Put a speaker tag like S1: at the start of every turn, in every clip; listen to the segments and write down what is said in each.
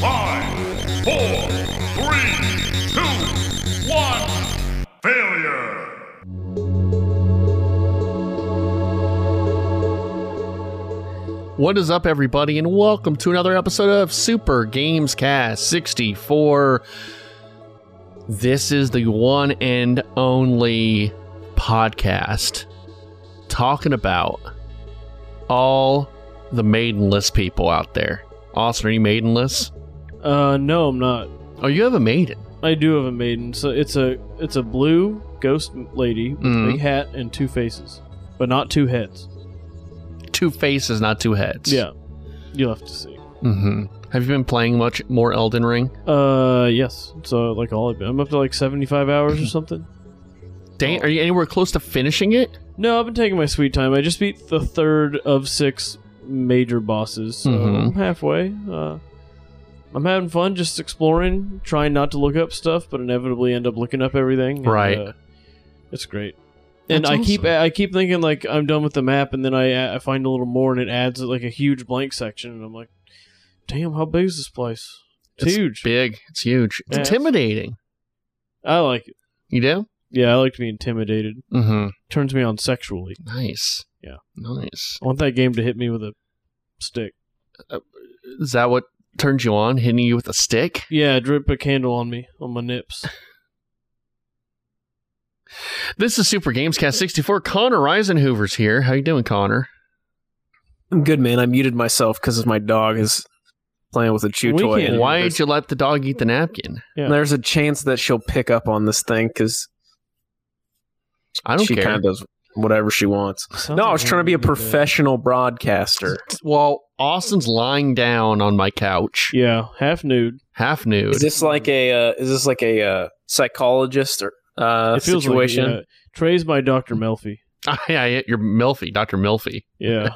S1: Five, four, three, two, one. Failure.
S2: What is up, everybody, and welcome to another episode of Super Games Cast 64. This is the one and only podcast talking about all the maidenless people out there. Austin, are you maidenless?
S3: Uh, no, I'm not.
S2: Oh, you have a maiden.
S3: I do have a maiden. So it's a it's a blue ghost lady with a
S2: Mhm.
S3: big hat and two faces, but not two heads.
S2: Two faces, not two heads.
S3: Yeah, you'll have to see.
S2: hmm Have you been playing much more Elden Ring?
S3: Uh, yes. So like all I've been, I'm up to like 75 hours or something. Oh.
S2: Dan, are you anywhere close to finishing it?
S3: No, I've been taking my sweet time. I just beat the third of six major bosses, so
S2: Mhm.
S3: I'm halfway. Uh, I'm having fun just exploring, trying not to look up stuff, but inevitably end up looking up everything. and,
S2: Right.
S3: uh, it's great. And
S2: That's
S3: I keep
S2: awesome.
S3: I keep thinking like I'm done with the map, and then I I find a little more, and it adds like a huge blank section, and I'm like, damn, how big is this place? It's, huge.
S2: Big. It's huge. It's
S3: Yeah.
S2: intimidating.
S3: I like it.
S2: You do?
S3: Yeah, I like to be intimidated.
S2: Mm-hmm.
S3: Turns me on sexually.
S2: Nice.
S3: Yeah.
S2: Nice.
S3: I want that game to hit me with a stick.
S2: Is that what turns you on? Hitting you with a stick?
S3: Yeah, drip a candle on me, on my nips.
S2: This is Super Gamescast 64. Connor Reisenhoover's here. How you doing, Connor?
S4: I'm good, man. I muted myself because my dog is playing with a chew
S3: We
S4: toy.
S3: can't- Yeah,
S2: Why
S4: There's,
S2: did you let the dog eat the napkin?
S3: Yeah.
S4: there's a chance that she'll pick up on this thing because
S2: I don't
S4: she
S2: care.
S4: kind of does whatever she wants. no, I was trying to be a professional broadcaster.
S2: Well, Austin's lying down on my couch,
S3: Yeah, half nude.
S2: half nude.
S4: Is this like a uh, is this like a uh, psychologist or uh,
S3: it feels
S4: situation?
S3: like yeah. Trey's my Dr. Melfi.
S2: I, I, you're Milfy, Dr. Milfy.
S3: Yeah.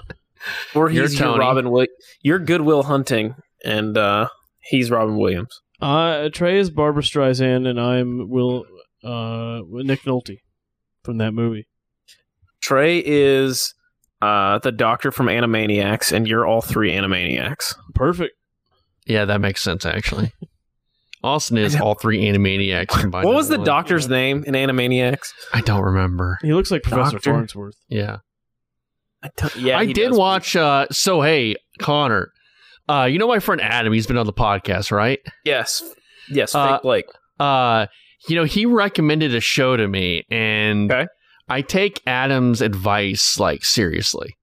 S4: Or
S2: You're
S4: he's your
S2: Tony.
S4: Robin Williams. You're Goodwill Hunting, and uh, he's Robin Williams.
S3: uh, Trey is Barbara Streisand, and I'm Will uh, Nick Nolte from that movie.
S4: Trey is uh, the doctor from Animaniacs, and you're all three Animaniacs.
S3: Perfect.
S2: Yeah, that makes sense, actually. Austin is all three Animaniacs combined.
S4: what
S2: into
S4: was the
S2: one.
S4: doctor's name in Animaniacs?
S2: I don't remember.
S3: He looks like Professor
S4: Doctor?
S3: Farnsworth.
S2: Yeah.
S4: I don't- yeah,
S2: I
S4: he
S2: did
S4: does.
S2: watch. Uh, so hey, Connor, uh, you know my friend Adam. He's been on the podcast, right?
S4: Yes, yes, fake
S2: Uh,
S4: Blake.
S2: Uh, you know he recommended a show to me, and
S4: Okay.
S2: I take Adam's advice like seriously.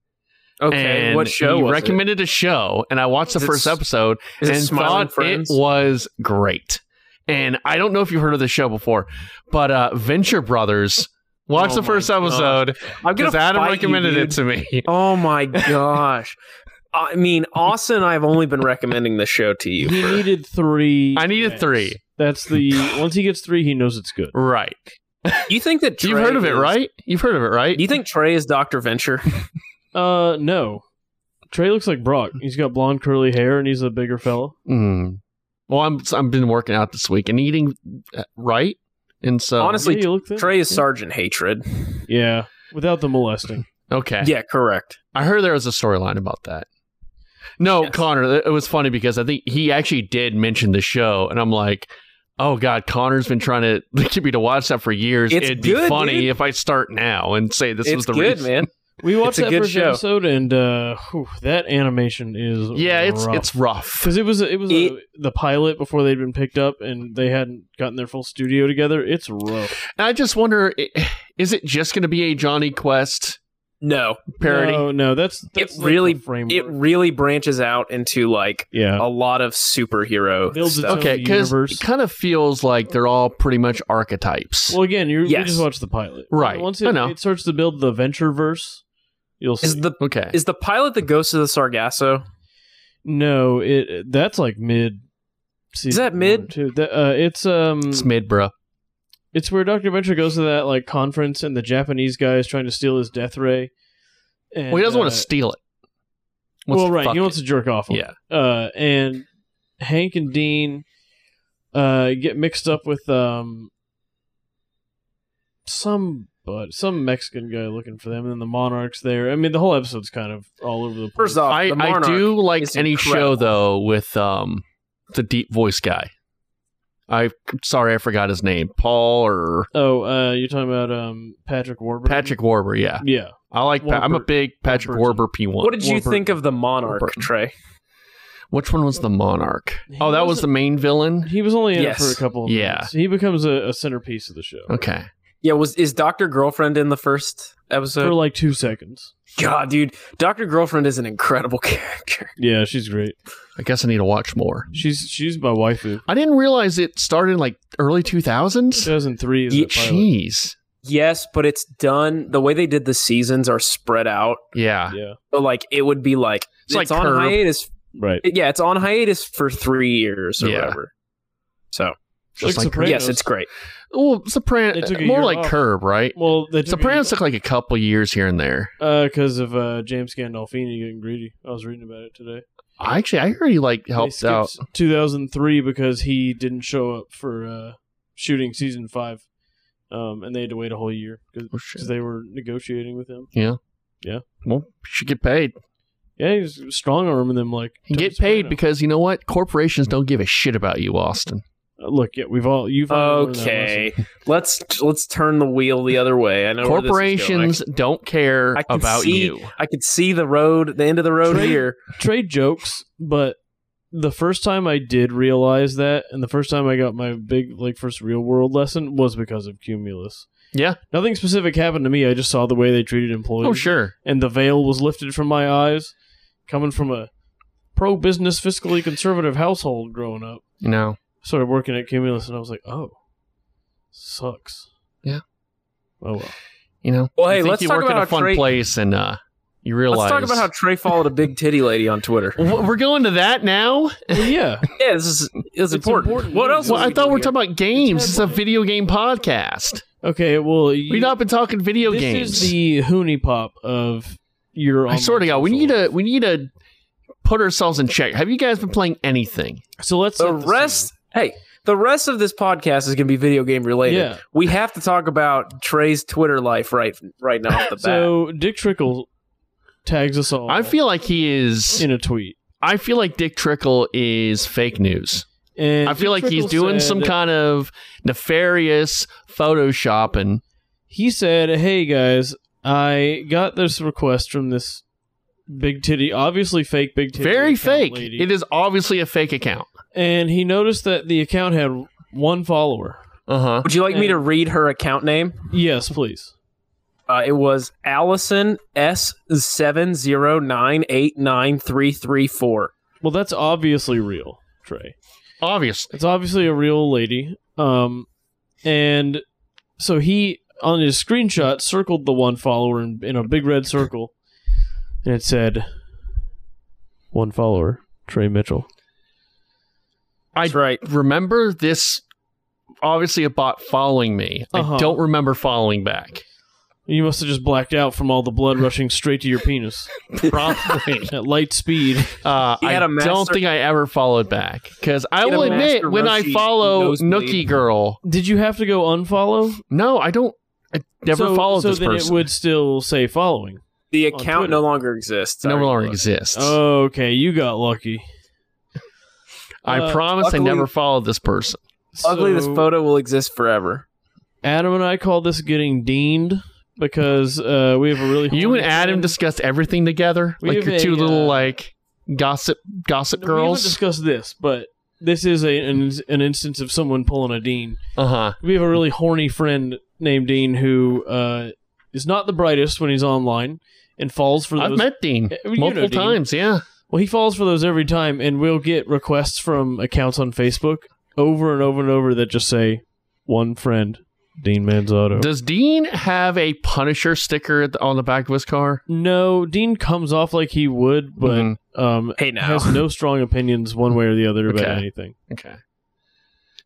S4: Okay,
S2: And
S4: what show
S2: He
S4: was
S2: recommended a show, and I watched the
S4: Is it
S2: first
S4: S-
S2: episode
S4: it? Is it
S2: and
S4: Smiling
S2: thought
S4: Friends?
S2: it was great. And I don't know if you've heard of the show before, but uh, Venture Brothers. Watch
S4: Oh
S2: the
S4: my
S2: first
S4: gosh.
S2: episode
S4: I'm
S2: because Adam recommended it to me.
S4: Oh my gosh! I mean, Austin, and I have only been recommending this show to you.
S3: He
S4: for-
S3: needed three.
S2: I needed
S3: Yes.
S2: three.
S3: That's the once he gets three, he knows it's good.
S2: Right.
S4: you think that Trey
S2: You've heard of it,
S4: is-
S2: right? You've heard of it, right?
S4: You think Trey is Doctor Venture?
S3: Uh, no. Trey looks like Brock. He's got blonde curly hair, and he's a bigger fella.
S2: Mm. Well, I'm I've been working out this week and eating uh, right, and so
S4: Honestly- Honestly,
S3: yeah, you look thin.
S4: Trey is Sergeant Hatred.
S3: Yeah, without the molesting.
S2: okay.
S4: Yeah, correct.
S2: I heard there was a storyline about that. No,
S4: Yes.
S2: Connor, th- it was funny because I think he actually did mention the show, and I'm like, oh god, Connor's been trying to get me to watch that for years.
S4: It's
S2: It'd be
S4: good,
S2: funny
S4: dude.
S2: if I start now and say this
S4: it's
S2: was the
S4: good,
S2: reason.
S4: man.
S3: We watched
S4: It's a
S3: that
S4: good
S3: first
S4: show.
S3: episode, and uh, whew, that animation is
S2: Yeah, it's it's rough.
S3: because it was it was uh
S4: It-
S3: the pilot before they'd been picked up, and they hadn't gotten their full studio together. It's rough
S2: And I just wonder, i- is it just going to be a Johnny Quest
S4: No,
S2: parody?
S3: No, no, that's, that's like
S4: really-
S3: the framework.
S4: it really branches out into like
S3: yeah,
S4: a lot of superhero
S3: Builds
S4: stuff.
S3: its own-
S2: Okay, because
S3: universe.
S2: it kind of feels like they're all pretty much archetypes.
S3: well, again, you you
S4: Yes.
S3: just watched the pilot,
S2: Right.
S3: Once
S2: I
S3: it,
S2: know.
S3: it starts to build the venture verse, you'll see.
S4: Is the
S2: okay,
S4: is the pilot the Ghost of the Sargasso?
S3: no, it that's like mid. Is
S4: that mid?
S3: Too. That, uh, it's um,
S2: it's mid, bro.
S3: It's where Doctor Venture goes to that like conference, and the Japanese guy is trying to steal his death ray. And,
S2: Well, he doesn't want
S3: uh,
S2: to steal it. He wants
S3: well,
S2: to
S3: right,
S2: fuck
S3: he wants
S2: it.
S3: to jerk off. on it.
S2: Yeah.
S3: uh, and Hank and Dean uh, get mixed up with um, some but some Mexican guy looking for them, and then the Monarchs there. I mean, the whole episode's kind of all over the place.
S4: First off,
S2: I,
S4: the
S2: I
S4: Monarch
S2: do like
S4: is
S2: any show
S4: incredible.
S2: though with um the deep voice guy. I sorry I forgot his name. Paul or
S3: oh, uh, you're talking about um, Patrick Warburton.
S2: Patrick Warber, yeah.
S3: Yeah.
S2: I like pa- I'm a
S3: Warburton.
S2: big Patrick
S3: Warburton.
S2: Warber P1.
S4: What did you
S3: Warburton.
S4: think of the Monarch,
S2: Warburton.
S4: Trey?
S2: Which one was the monarch?
S3: He
S2: oh, that was
S3: wasn't-
S2: the main villain.
S3: He was only in
S4: Yes.
S3: it for a couple of
S2: Yeah.
S3: minutes. He becomes a, a centerpiece of the show
S2: Okay.
S4: Yeah, was is Doctor Girlfriend in the first episode?
S3: for like two seconds.
S4: God, dude, Doctor Girlfriend is an incredible character.
S3: Yeah, she's great.
S2: I guess I need to watch more.
S3: She's she's my waifu.
S2: I didn't realize it started in like early 2000s.
S3: 2003 is
S4: Ye-
S3: the pilot.
S2: Jeez.
S4: Yes, but it's done the way they did the seasons are spread out.
S2: Yeah.
S3: Yeah,
S4: So like it would be like
S2: It's like
S4: it's, on
S2: Curb.
S4: hiatus.
S3: right.
S4: Yeah, it's on hiatus for three years or
S2: Yeah.
S4: whatever. So
S3: Like
S2: Just like
S3: Sopranos.
S4: yes, it's great.
S2: well,
S3: They
S2: Sopranos
S3: took a
S2: more
S3: year
S2: like
S3: off.
S2: Curb, right?
S3: Well, they took
S2: Sopranos took like a couple years here and there.
S3: because of uh, James Gandolfini getting greedy. I was reading about it today.
S2: Actually, I heard he like
S3: They
S2: helped
S3: skipped
S2: out.
S3: 2003 because he didn't show up for uh, shooting season five, um, and they had to wait a whole year
S2: Oh,
S3: because
S2: shit.
S3: they were negotiating with him.
S2: Well, you should get paid.
S3: Yeah, he's strong arming them like
S2: You
S3: Tony
S2: get paid
S3: Soprano.
S2: because you know what? Corporations don't give a shit about you, Austin.
S3: Uh, look, yeah, we've all you've all learned that lesson.
S4: Okay, let's let's turn the wheel the other way. I know where this is going.
S2: Corporations don't care
S4: I can
S2: about
S4: see-
S2: you.
S4: I could see the road, the end of the road
S3: Trey-
S4: here.
S3: trade jokes, but the first time I did realize that, and the first time I got my big like first real world lesson was because of Cumulus.
S2: Yeah.
S3: Nothing specific happened to me. I just saw the way they treated employees.
S2: Oh, sure.
S3: and the veil was lifted from my eyes, coming from a pro business, fiscally conservative household growing up.
S2: You know,
S3: Started working at Cumulus, and I was like, oh, sucks.
S2: Yeah.
S3: Oh, well.
S2: you know.
S4: Well,
S2: You
S4: hey,
S2: think
S4: let's
S2: you
S4: talk
S2: work
S4: about
S2: at
S4: how
S2: a fun
S4: Trey-
S2: place and uh, you realize.
S4: Let's talk about how Trey followed a big titty lady on Twitter.
S2: W- We're going to that now.
S3: Well, yeah.
S4: Yeah, this is, this is important.
S3: important.
S4: What else?
S3: So
S2: Well,
S4: was
S2: I
S4: we
S2: thought
S4: doing
S2: we were
S4: here?
S2: talking about games. It's a video game podcast.
S3: Okay, well, you,
S2: We've not been talking video
S3: this
S2: games.
S3: is the Hooney Pop of your.
S2: I swear to God,
S3: online
S2: we need
S3: social.
S2: to we need to put ourselves in check. Have you guys been playing anything?
S3: So let's
S4: the
S3: set the
S4: rest.
S3: scene.
S4: Hey, the rest of this podcast is going to be video game related.
S3: Yeah.
S4: We have to talk about Trey's Twitter life right right now off the bat.
S3: So Dick Trickle tags us all.
S2: I feel like he is.
S3: in a tweet.
S2: I feel like Dick Trickle is fake news.
S3: And
S2: I feel
S3: Dick
S2: like he's
S3: Trickle
S2: doing
S3: said-
S2: some kind of nefarious photoshopping.
S3: He said, "Hey guys, I got this request from this big titty, obviously fake big titty,
S2: Very
S3: account
S2: fake.
S3: lady,
S2: It is obviously a fake account.
S3: and he noticed that the account had one follower.
S2: Uh
S3: Uh-huh.
S2: huh.
S4: would you like me to read her account name?
S3: Yes, please.
S4: Uh, it was Allison S seven zero nine eight nine three three four.
S3: Well, that's obviously real, Trey.
S2: Obvious.
S3: It's obviously a real lady. Um, and so he on his screenshot circled the one follower in, in a big red circle, and it said, "One follower, Trey Mitchell."
S2: I-
S4: That's right.
S2: Remember this? Obviously, a bot following me.
S3: Uh-huh.
S2: I don't remember following back.
S3: You must have just blacked out from all the blood rushing straight to your penis
S2: Probably.
S3: at light speed.
S2: Uh,
S4: He
S2: I
S4: had a
S2: don't
S4: master-
S2: think I ever followed back because I
S4: He had
S2: will
S4: a
S2: admit
S4: master
S2: when I
S4: Roshi
S2: follow
S4: nosebleed.
S2: Nookie Girl,
S3: Did you have to go unfollow?
S2: no, I don't. I never
S3: so,
S2: followed
S3: so
S2: this
S3: then
S2: person.
S3: it would still say following.
S4: The
S3: On
S4: account
S3: Twitter.
S4: no longer exists.
S2: no
S4: Sorry.
S2: longer exists.
S3: Oh, Okay, you got lucky.
S2: I
S3: uh,
S2: promise
S4: luckily-
S2: I never followed this person.
S4: Luckily, this
S3: So,
S4: photo will exist forever.
S3: Adam and I call this getting deaned because uh, we have a really
S2: You
S3: horny
S2: and Adam
S3: friend.
S2: discussed everything together,
S3: We
S2: like
S3: have
S2: your two
S3: a,
S2: little
S3: uh,
S2: like gossip gossip
S3: No, We haven't
S2: girls.
S3: discussed this, but this is a an, an instance of someone pulling a dean.
S2: Uh huh.
S3: We have a really horny friend named Dean who uh, is not the brightest when he's online and falls for
S2: I've
S3: those
S2: met Dean
S3: Uh, you know
S2: multiple
S3: Dean.
S2: times. Yeah.
S3: Well, he falls for those every time, and we'll get requests from accounts on Facebook over and over and over that just say one friend, Dean Manzotto.
S2: Does Dean have a Punisher sticker at the- on the back of his car?
S3: no, Dean comes off like he would, but
S2: Mhm.
S3: um,
S4: Hey, now.
S3: has no strong opinions one way or the other about
S2: Okay.
S3: anything.
S2: Okay.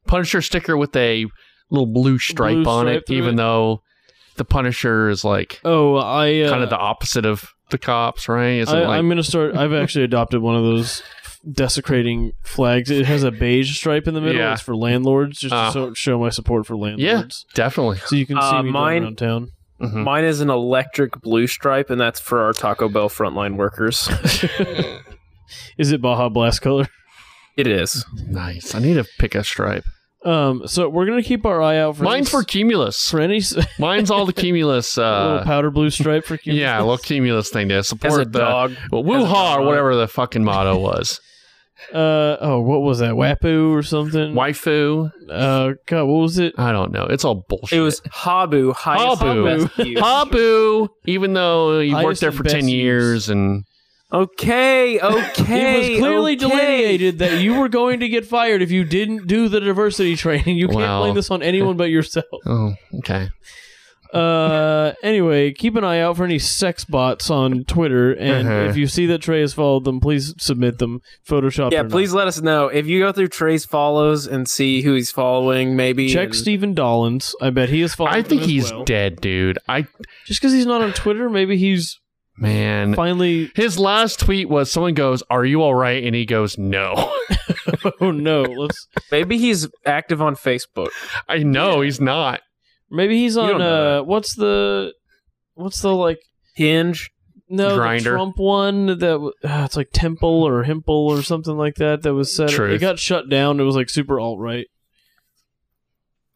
S2: Punisher sticker with a little blue stripe
S3: Blue
S2: on
S3: stripe
S2: it,
S3: through
S2: even
S3: it.
S2: though the Punisher is like
S3: Oh, I uh,
S2: kind of the opposite of the cops, right? Is
S3: I,
S2: it like
S3: I'm gonna start. I've actually adopted one of those desecrating flags. It has a beige stripe in the middle.
S2: Yeah.
S3: It's for landlords, just
S2: Uh.
S3: to so, show my support for landlords.
S2: Definitely.
S3: So you can see
S4: Uh,
S3: me driving
S4: mine-
S3: around town.
S2: Mhm.
S4: Mine is an electric blue stripe, and that's for our Taco Bell frontline workers.
S3: Is it Baja Blast color?
S4: It is.
S2: Nice. I need to pick a stripe.
S3: Um, so we're gonna keep our eye out for
S2: Mine's
S3: any,
S2: for cumulus.
S3: for any s-
S2: Mine's all the cumulus.
S3: little
S2: Uh,
S3: powder blue stripe for cumulus.
S2: yeah, little cumulus thing to
S4: As
S2: support
S4: a
S2: the
S4: dog.
S2: well,
S4: dog.
S2: woo-ha or whatever the fucking motto was.
S3: Uh, oh, what was that? Wapu or
S4: Mm.
S3: something?
S2: Waifu.
S3: Uh, God, what was it?
S2: I don't know. It's all bullshit.
S4: It was Habu. Highest
S2: Habu.
S4: and best use.
S2: Habu. Even though you
S3: Highest
S2: worked there
S3: and
S2: for
S3: best
S2: ten
S3: use.
S2: years and
S4: Okay, okay.
S3: it was clearly
S4: okay.
S3: delineated that you were going to get fired if you didn't do the diversity training. You can't
S2: Well.
S3: blame this on anyone but yourself.
S2: oh, okay.
S3: Uh, anyway, keep an eye out for any sex bots on Twitter, and
S2: Uh-huh.
S3: if you see that Trey has followed them, please submit them, Photoshop.
S4: Yeah, please let us know if you go through Trey's follows and see who he's following. Maybe
S3: check
S4: and-
S3: Stephen Dollins. I bet he is following.
S2: I think
S3: them as
S2: he's
S3: well.
S2: dead, dude. I
S3: Just because he's not on Twitter, maybe he's
S2: man.
S3: finally.
S2: His last tweet was someone goes, "Are you all right?" and he goes, "No."
S3: Oh no, let's.
S4: Maybe he's active on Facebook.
S2: I know he's not.
S3: Maybe he's
S4: You
S3: on.
S4: don't know
S3: Uh, what's the, what's the like?
S4: Hinge.
S3: No,
S2: Grindr.
S3: the Trump one that w- uh, it's like Temple or Himple or something like that. That was said. It
S2: Truth.
S3: got shut down. It was like super alt right.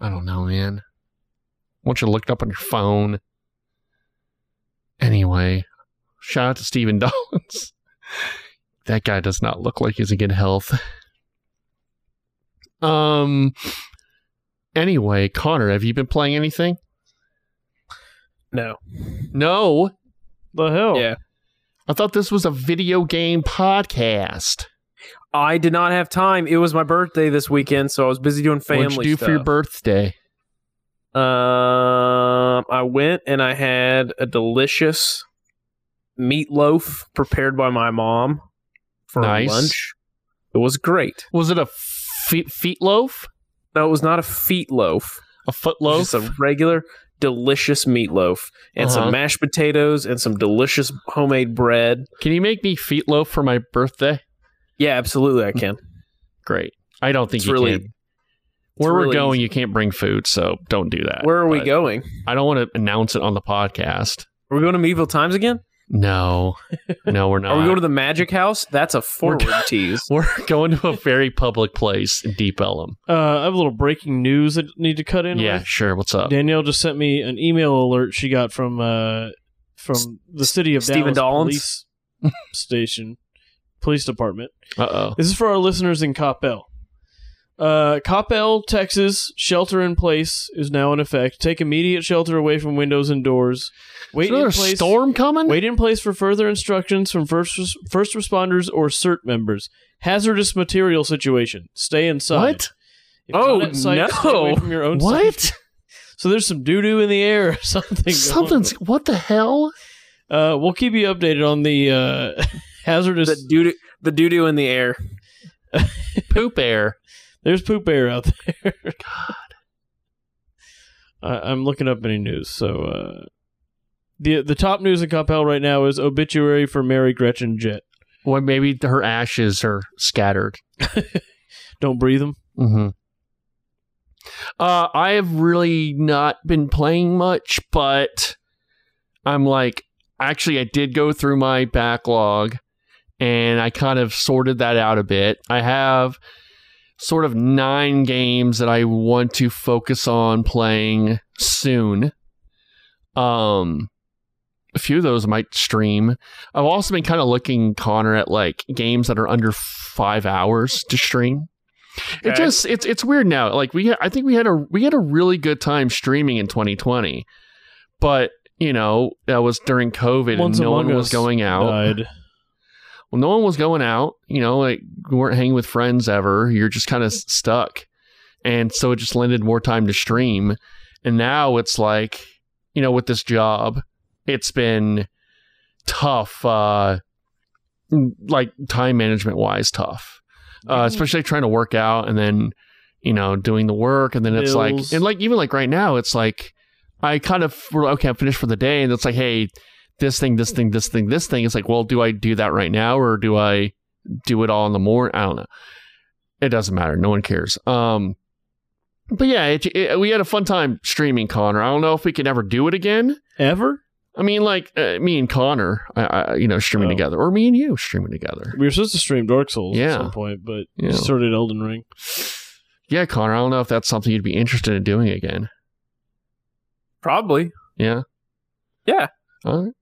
S2: I don't know, man. Why don't you look it up on your phone? Anyway, shout out to Stephen Dollins. That guy does not look like he's in good health. Um. Anyway, Connor, have you been playing anything?
S4: No.
S2: No.
S3: The hell.
S4: Yeah.
S2: I thought this was a video game podcast.
S4: I did not have time. It was my birthday this weekend, so I was busy doing family
S2: What'd you do
S4: stuff.
S2: for your birthday?
S4: Um, I went and I had a delicious meatloaf prepared by my mom for
S2: Nice.
S4: lunch. It was great.
S2: Was it a feet, feet loaf?
S4: No, it was not a feet loaf.
S2: A foot
S4: It
S2: loaf?
S4: was Just a regular delicious meatloaf and
S2: Uh-huh.
S4: some mashed potatoes and some delicious homemade bread.
S2: Can you make me feet loaf for my birthday?
S4: Yeah, absolutely, I can.
S2: Great. I don't think
S4: It's
S2: you
S4: really.
S2: can. Where we're
S4: really
S2: going,
S4: easy.
S2: you can't bring food, so don't do that.
S4: Where are we
S2: But
S4: going?
S2: I don't want to announce it on the podcast.
S4: Are we going to Medieval Times again?
S2: No, no, we're not.
S4: Are we going to the Magic House? That's a forward tease.
S2: we're going to a very public place in Deep Ellum.
S3: Uh, I have a little breaking news I need to cut in.
S2: yeah,
S3: with.
S2: sure. What's up?
S3: Danielle just sent me an email alert she got from uh, from the city of
S4: Stephen
S3: Dallas
S4: Dollins?
S3: police station, police department.
S2: Uh oh.
S3: This is for our listeners in Coppell. Uh, Coppell, Texas, shelter in place is now in effect. Take immediate shelter away from windows and doors. Wait
S2: Is there
S3: in
S2: a
S3: place.
S2: storm coming?
S3: Wait in place for further instructions from first res- first responders or CERT members. Hazardous material situation. Stay inside.
S2: what?
S3: If not
S4: Oh,
S3: at site, stay away
S4: no.
S3: From your own site.
S2: What?
S3: So there's some doo doo in the air or something. going
S2: Something's. What the hell?
S3: on. Uh, we'll keep you updated on the uh, hazardous.
S4: The doo the doo doo in the air.
S2: Poop air.
S3: There's poop air out there. God. I, I'm looking up any news. So uh, the the top news in Capel right now is obituary for Mary Gretchen Jett.
S2: Well, maybe her ashes are scattered.
S3: Don't breathe them.
S2: Mm-hmm. Uh, I have really not been playing much, but I'm like, actually, I did go through my backlog and I kind of sorted that out a bit. I have sort of nine games that I want to focus on playing soon. Um, a few of those might stream. I've also been kind of looking, Connor, at like games that are under five hours to stream. It
S4: Okay.
S2: just it's it's weird now. Like we I think we had a we had a really good time streaming in 2020. But, you know, that was during COVID
S3: Once
S2: and no
S3: Among
S2: one was
S3: Us
S2: going out.
S3: Died.
S2: Well, no one was going out. You know, like you weren't hanging with friends ever. You're just kind of stuck, and so it just lended more time to stream. And now it's like, you know, with this job, it's been tough, uh, like time management wise, tough. Uh, especially trying to work out and then, you know, doing the work, and then it's
S3: Bills.
S2: like, and like even like right now, it's like, I kind of we're like, okay, I'm finished for the day, and it's like, hey, this thing, this thing, this thing, this thing. It's like, well, do I do that right now or do I do it all in the morning. I don't know. It doesn't matter. No one cares. Um, but yeah, it, it, we had a fun time streaming Connor. I don't know if we can ever do it again.
S3: Ever?
S2: I mean, like uh, me and Connor, I, I, you know, streaming
S3: Oh.
S2: together, or me and you streaming together.
S3: We were supposed to stream Dark Souls
S2: Yeah.
S3: at some point, but
S2: Yeah.
S3: we started Elden Ring.
S2: Yeah, Connor, I don't know if that's something you'd be interested in doing again.
S4: Probably.
S2: Yeah.
S4: Yeah.
S2: All right.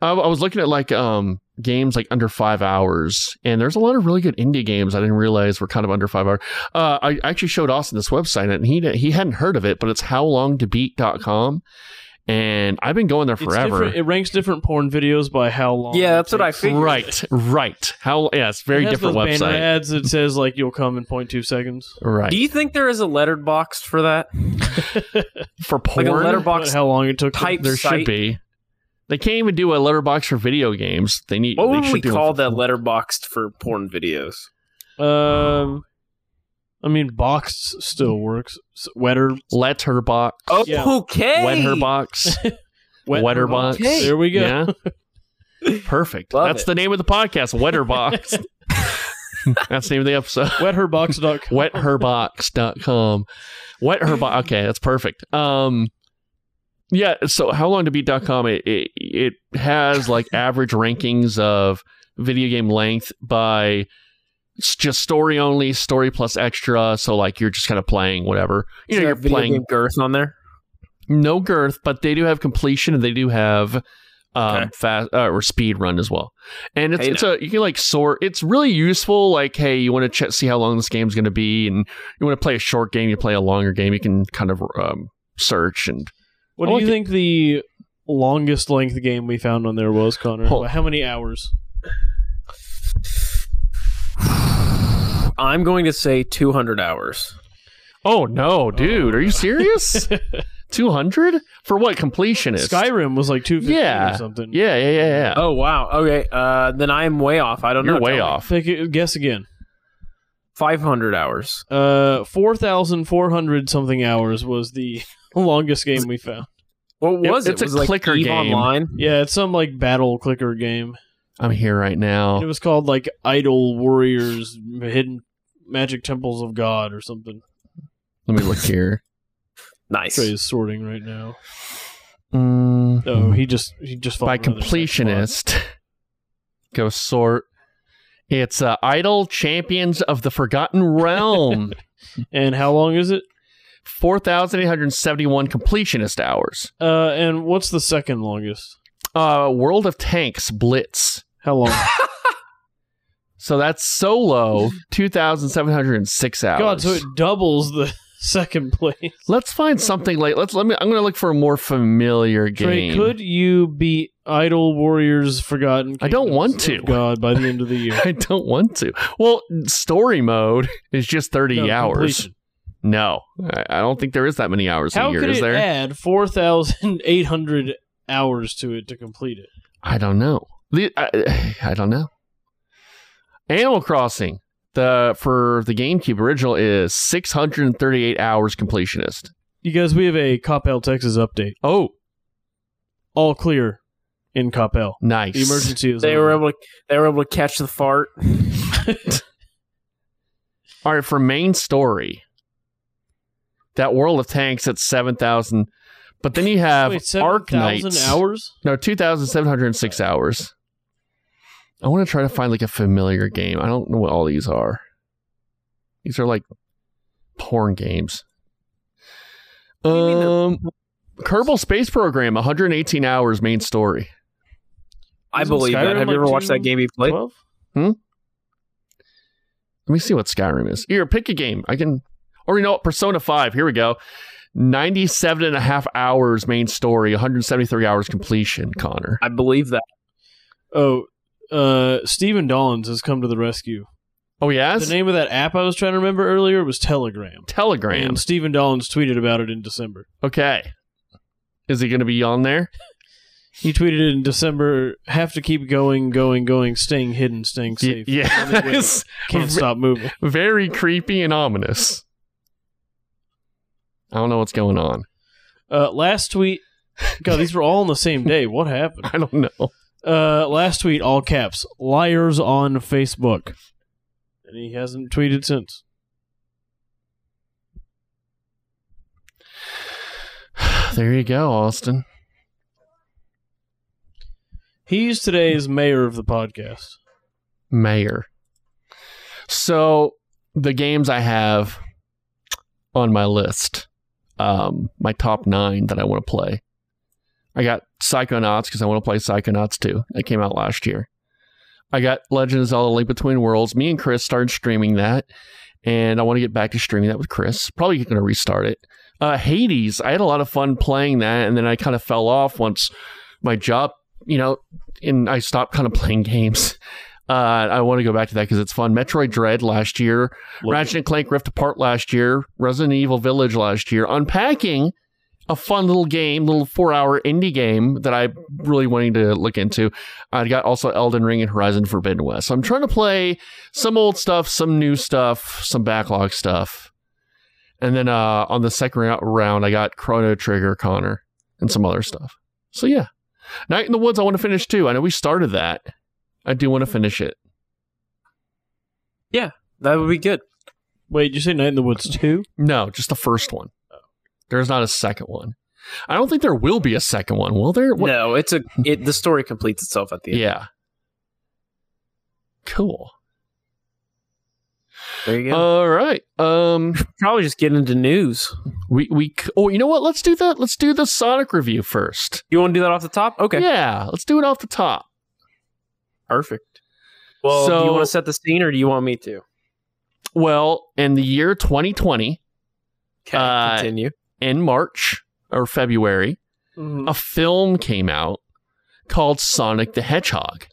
S2: I, I was looking at like um games like under five hours, and there's a lot of really good indie games I didn't realize were kind of under five hours. Uh, I I actually showed Austin this website, and he he hadn't heard of it, but it's howlongtobeat.com. And I've been going there
S3: It's
S2: forever.
S3: different- It ranks different porn videos by how long.
S4: Yeah,
S3: it
S4: that's what I
S3: takes.
S4: figured.
S2: right, right. How yeah, it's a very
S3: It has
S2: different
S3: those Banner
S2: website.
S3: ads that says like you'll come in 0.2 seconds.
S2: Right
S4: Do you think there is a lettered box for that?
S2: for
S4: Like
S2: porn,
S4: a
S3: But
S4: letterbox
S3: how long it took?
S4: type
S2: there
S4: site?
S2: should be. They can't even do a letterbox for video games. They need.
S4: What
S2: they
S4: would
S2: should
S4: we
S2: do one
S4: call
S2: for-
S4: that letterboxed for porn videos?
S3: Um, I mean, boxed still works. S- Wetter,
S2: letterbox?
S4: Oh,
S3: Yeah.
S4: okay.
S2: Letterbox.
S3: wet
S2: Wetterbox.
S4: Okay.
S3: There we go.
S2: Yeah. Perfect.
S4: Love
S2: That's
S4: it.
S2: the name of the podcast, Wetterbox. that's the name of the episode.
S3: Wetherbox.com.
S2: Wetherbox.com. Wetherbox. Okay, that's perfect. Um yeah, so how long to beat.com it, it it has like average rankings of video game length by it's just story only, story plus extra, so like you're just kind of playing whatever. You know, you're playing
S4: girth on there.
S2: no girth, but they do have completion and they do have um
S4: Okay.
S2: fast uh, or speed run as well. And it's
S4: Hey,
S2: it's a you can like sort. It's really useful. Like, hey, you want to check see how long this game's going to be, and you want to play a short game, you play a longer game, you can kind of um, search and
S3: What
S2: I
S3: do
S2: like
S3: you
S2: it.
S3: think the longest length game we found on there was, Connor?
S2: Hold-
S3: How many hours?
S4: I'm going to say 200 hours.
S2: oh no, dude, are you serious? Two hundred for what completionist?
S3: Skyrim was like 250
S2: Yeah.
S3: or something.
S2: Yeah, yeah, yeah, yeah.
S4: Oh wow. Okay. Uh, then I am way off. I don't know.
S2: You're way
S4: Tell me.
S2: off.
S3: Take a, guess again.
S4: 500 hours.
S3: Uh, 4,400 something hours was the longest game we found.
S4: What was it?
S2: it's a
S4: it? was like
S2: clicker
S4: Eve
S2: game.
S4: Online.
S3: Yeah, it's some like battle clicker game.
S2: I'm here right
S3: It
S2: now.
S3: was called like Idol Warriors Hidden Magic Temples of God or something.
S2: Let me look here.
S4: Nice.
S3: Trey is sorting right now.
S2: Mm.
S3: Oh, he just he just
S2: by
S3: found another sex bot.
S2: completionist. Go sort. It's uh, Idol Champions of the Forgotten Realm.
S3: And how long is it?
S2: 4,871 completionist hours.
S3: Uh, and what's the second longest?
S2: Uh, World of Tanks Blitz.
S3: How long?
S2: So that's solo, 2,706 hours.
S3: God, so it doubles the second place.
S2: let's find something like let's let me I'm going to look for a more familiar
S3: Trey,
S2: game.
S3: could you beat Idol Warriors Forgotten?
S2: I don't
S3: Kingdoms
S2: want
S3: of
S2: to.
S3: God, by the end of the year,
S2: I don't want to. Well, story mode is just 30
S3: No,
S2: hours.
S3: completion.
S2: No. I, I don't think there is that many hours
S3: How
S2: a year,
S3: could
S2: is
S3: it
S2: there?
S3: add four thousand eight hundred hours to it to complete it?
S2: I don't know. The, I, I don't know. Animal Crossing the for the GameCube original is 638 hours completionist.
S3: You guys, we have a Coppell, Texas update.
S2: Oh,
S3: All clear in Coppell.
S2: nice.
S3: The emergency is
S4: They
S3: over.
S4: were able to. They were able to catch the fart.
S2: All right, for main story, that World of Tanks at 7,000. But then you have
S3: Wait,
S2: Arc
S3: 7,000
S2: Knights.
S3: hours.
S2: No, 2,706 hours. I want to try to find like a familiar game. I don't know what all these are. These are like porn games.
S4: do you mean
S2: Um, Kerbal Space Program, 118 hours main story.
S4: I
S3: Isn't
S4: believe
S3: Skyrim
S4: that. Have
S3: like
S4: you ever watched that
S3: two-
S4: game he played?
S3: Twelve.
S2: Let me see what Skyrim is. Here, pick a game. I can. Or you know what? Persona 5. Here we go. 97 and a half hours main story, 173 hours completion, Connor.
S4: I believe that.
S3: Oh, uh, Stephen Dollins has come to the rescue.
S2: Oh, yes?
S3: the name of that app I was trying to remember earlier was Telegram.
S2: Telegram.
S3: And Stephen Dollins tweeted about it in December.
S2: Okay. Is he going to be on there?
S3: He tweeted in December, have to keep going, going, going, staying hidden, staying
S2: Y-
S3: safe.
S2: yeah,
S3: Only uh, way-
S2: it's
S3: Can't stop moving.
S2: very creepy and ominous. I don't know what's going on.
S3: Uh, last tweet. God, these were all on the same day. What happened?
S2: I don't know.
S3: uh, last tweet, all caps, liars on Facebook. And he hasn't tweeted since.
S2: There you go, Austin.
S3: He's today's mayor of the podcast.
S2: Mayor. So the games I have on my list, um, my top nine that I want to play. I got Psychonauts because I want to play Psychonauts 2. That came out last year. I got Legend of Zelda Link Between Worlds. Me and Chris started streaming that, and I want to get back to streaming that with Chris. Probably going to restart it. Uh, Hades, I had a lot of fun playing that, and then I kind of fell off once my job, you know, and I stopped kind of playing games. Uh, I want to go back to that because it's fun. Metroid Dread last year,
S3: Look-
S2: Ratchet and Clank Rift Apart last year, Resident Evil Village last year, Unpacking, a fun little game, little four hour indie game that I'm really wanting to look into. I got also Elden Ring and Horizon Forbidden West. So I'm trying to play some old stuff, some new stuff, some backlog stuff. And then uh, on the second rou- round, I got Chrono Trigger, Connor, and some other stuff. So yeah. Night in the Woods, I want to finish too. I know we started that. I do want to finish it.
S4: That would be good.
S3: Wait, did you say Night in the Woods 2?
S2: No, just the first one. There's not a second one. I don't think there will be a second one. Will there? What-
S4: No, it's a it. The story completes itself at the end.
S2: Yeah. Cool.
S4: There you go.
S2: All right. Um
S4: Probably just get into news.
S2: we we c- Oh, you know what? Let's do that. Let's do the Sonic review first.
S4: You want to do that off the top? Okay,
S2: Yeah, let's do it off the top.
S4: perfect. Well, do
S2: So-
S4: you want to set the scene, or do you want me to?
S2: Well, in the year 2020
S4: Okay,
S2: Uh,
S4: continue.
S2: in March or February, a film came out called Sonic the Hedgehog.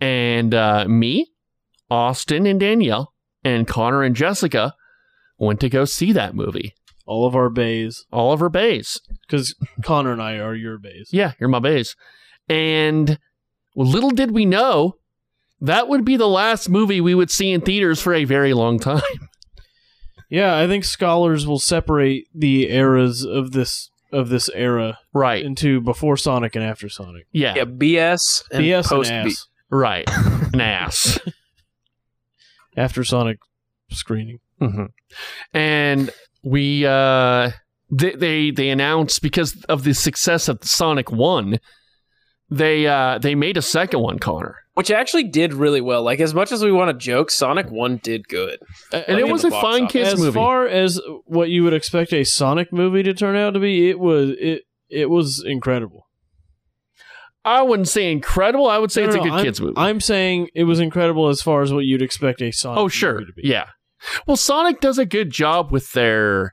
S2: And uh, me, Austin and Danielle, and Connor and Jessica went to go see that movie.
S3: All of our bays.
S2: Oliver Bays.
S3: Because Connor and I are your bays.
S2: Yeah, you're my bays. And little did we know that would be the last movie we would see in theaters for a very long time.
S3: Yeah, I think scholars will separate the eras of this of this era
S2: right.
S3: into before Sonic and after Sonic.
S2: yeah.
S4: Yeah, BS and
S3: BS
S4: post
S3: and ass.
S2: Right. An ass.
S3: After Sonic screening.
S2: hmm And we uh, they, they they announced because of the success of Sonic One, they uh, they made a second one, Connor,
S4: which actually did really well. Like as much as we want to joke, Sonic One did good.
S2: and
S4: Like
S2: it
S4: Uh, in
S2: was
S4: the
S2: a
S4: box
S2: fine
S4: office.
S2: kids
S3: as
S2: movie.
S3: far as what you would expect a Sonic movie to turn out to be, it was it it was incredible.
S2: I wouldn't say incredible. I would say
S3: No,
S2: it's
S3: no,
S2: a
S3: no,
S2: good
S3: I'm,
S2: kids movie.
S3: I'm saying it was incredible as far as what you'd expect a Sonic.
S2: oh sure,
S3: movie to be.
S2: yeah. Well, Sonic does a good job with their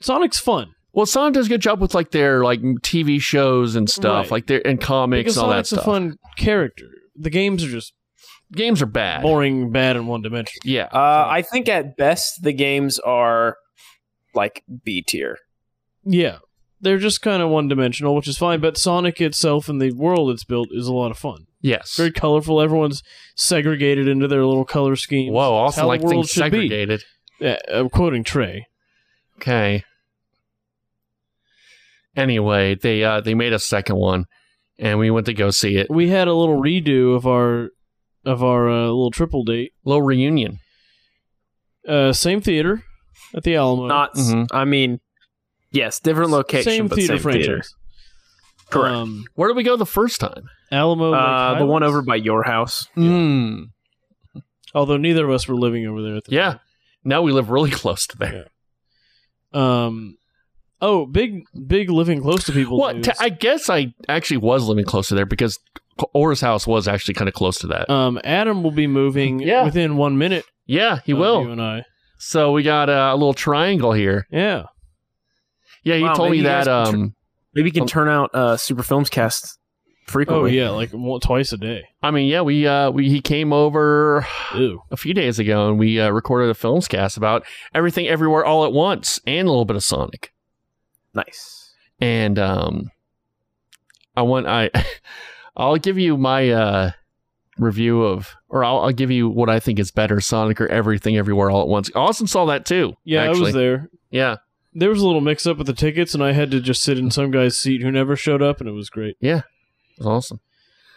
S3: Sonic's fun
S2: well, Sonic does a good job with like their like TV shows and stuff,
S3: Right.
S2: like their and comics,
S3: because
S2: all
S3: Sonic's
S2: that
S3: a
S2: stuff.
S3: fun character. The games are just
S2: Games are bad.
S3: boring, bad, and one dimensional.
S2: Yeah,
S4: Uh, I think at best the games are like B tier.
S3: Yeah, they're just kind of one dimensional, which is fine. But Sonic itself and the world it's built is a lot of fun.
S2: yes.
S3: Very colorful. Everyone's segregated into their little color schemes.
S2: Whoa,
S3: It's how
S2: also
S3: the
S2: like
S3: world
S2: things
S3: should be.
S2: segregated.
S3: Yeah, I'm quoting Trey.
S2: Okay. Anyway, they uh they made a second one and we went to go see it.
S3: We had a little redo of our of our uh, little triple date.
S2: Little reunion.
S3: Uh, same theater at the Alamo.
S4: Not,
S2: Mhm.
S4: I mean, yes, different location,
S3: same
S4: but
S3: theater
S4: same
S3: franchise.
S4: theater. Correct.
S3: Um,
S2: Where did we go the first time?
S3: Alamo. Lake
S4: uh, the one
S3: Highlands.
S4: over by your house.
S2: Mm.
S3: Although neither of us were living over there at the
S2: Yeah. Now we live really close to there.
S3: Yeah. time. Um. Oh, big, big living close to people.
S2: Well,
S3: news.
S2: t- I guess I actually was living close to there because Ora's house was actually kind of close to that.
S3: um, Adam will be moving
S2: Yeah.
S3: within one minute.
S2: yeah, he
S4: Oh,
S3: of
S2: will.
S3: You and I.
S2: So we got uh, a little triangle here.
S3: Yeah.
S2: Yeah, he
S4: Wow,
S2: told me
S4: maybe you
S2: that.
S4: guys can tr-
S2: Um,
S4: Maybe you can
S2: Um,
S4: turn out uh, Super Films Cast
S3: Oh
S4: frequently.
S3: yeah, like one, twice a day.
S2: I mean, yeah, we uh, we he came over
S3: Ew.
S2: a few days ago and we uh, recorded a films cast about everything everywhere all at once and a little bit of sonic
S4: Nice.
S2: and um i want i i'll give you my uh review of or I'll, I'll give you what i think is better sonic or everything everywhere all at once austin saw that too
S3: Yeah,
S2: actually.
S3: I was there.
S2: yeah
S3: There was a little mix up with the tickets, and I had to just sit in some guy's seat who never showed up, and it was great.
S2: it was awesome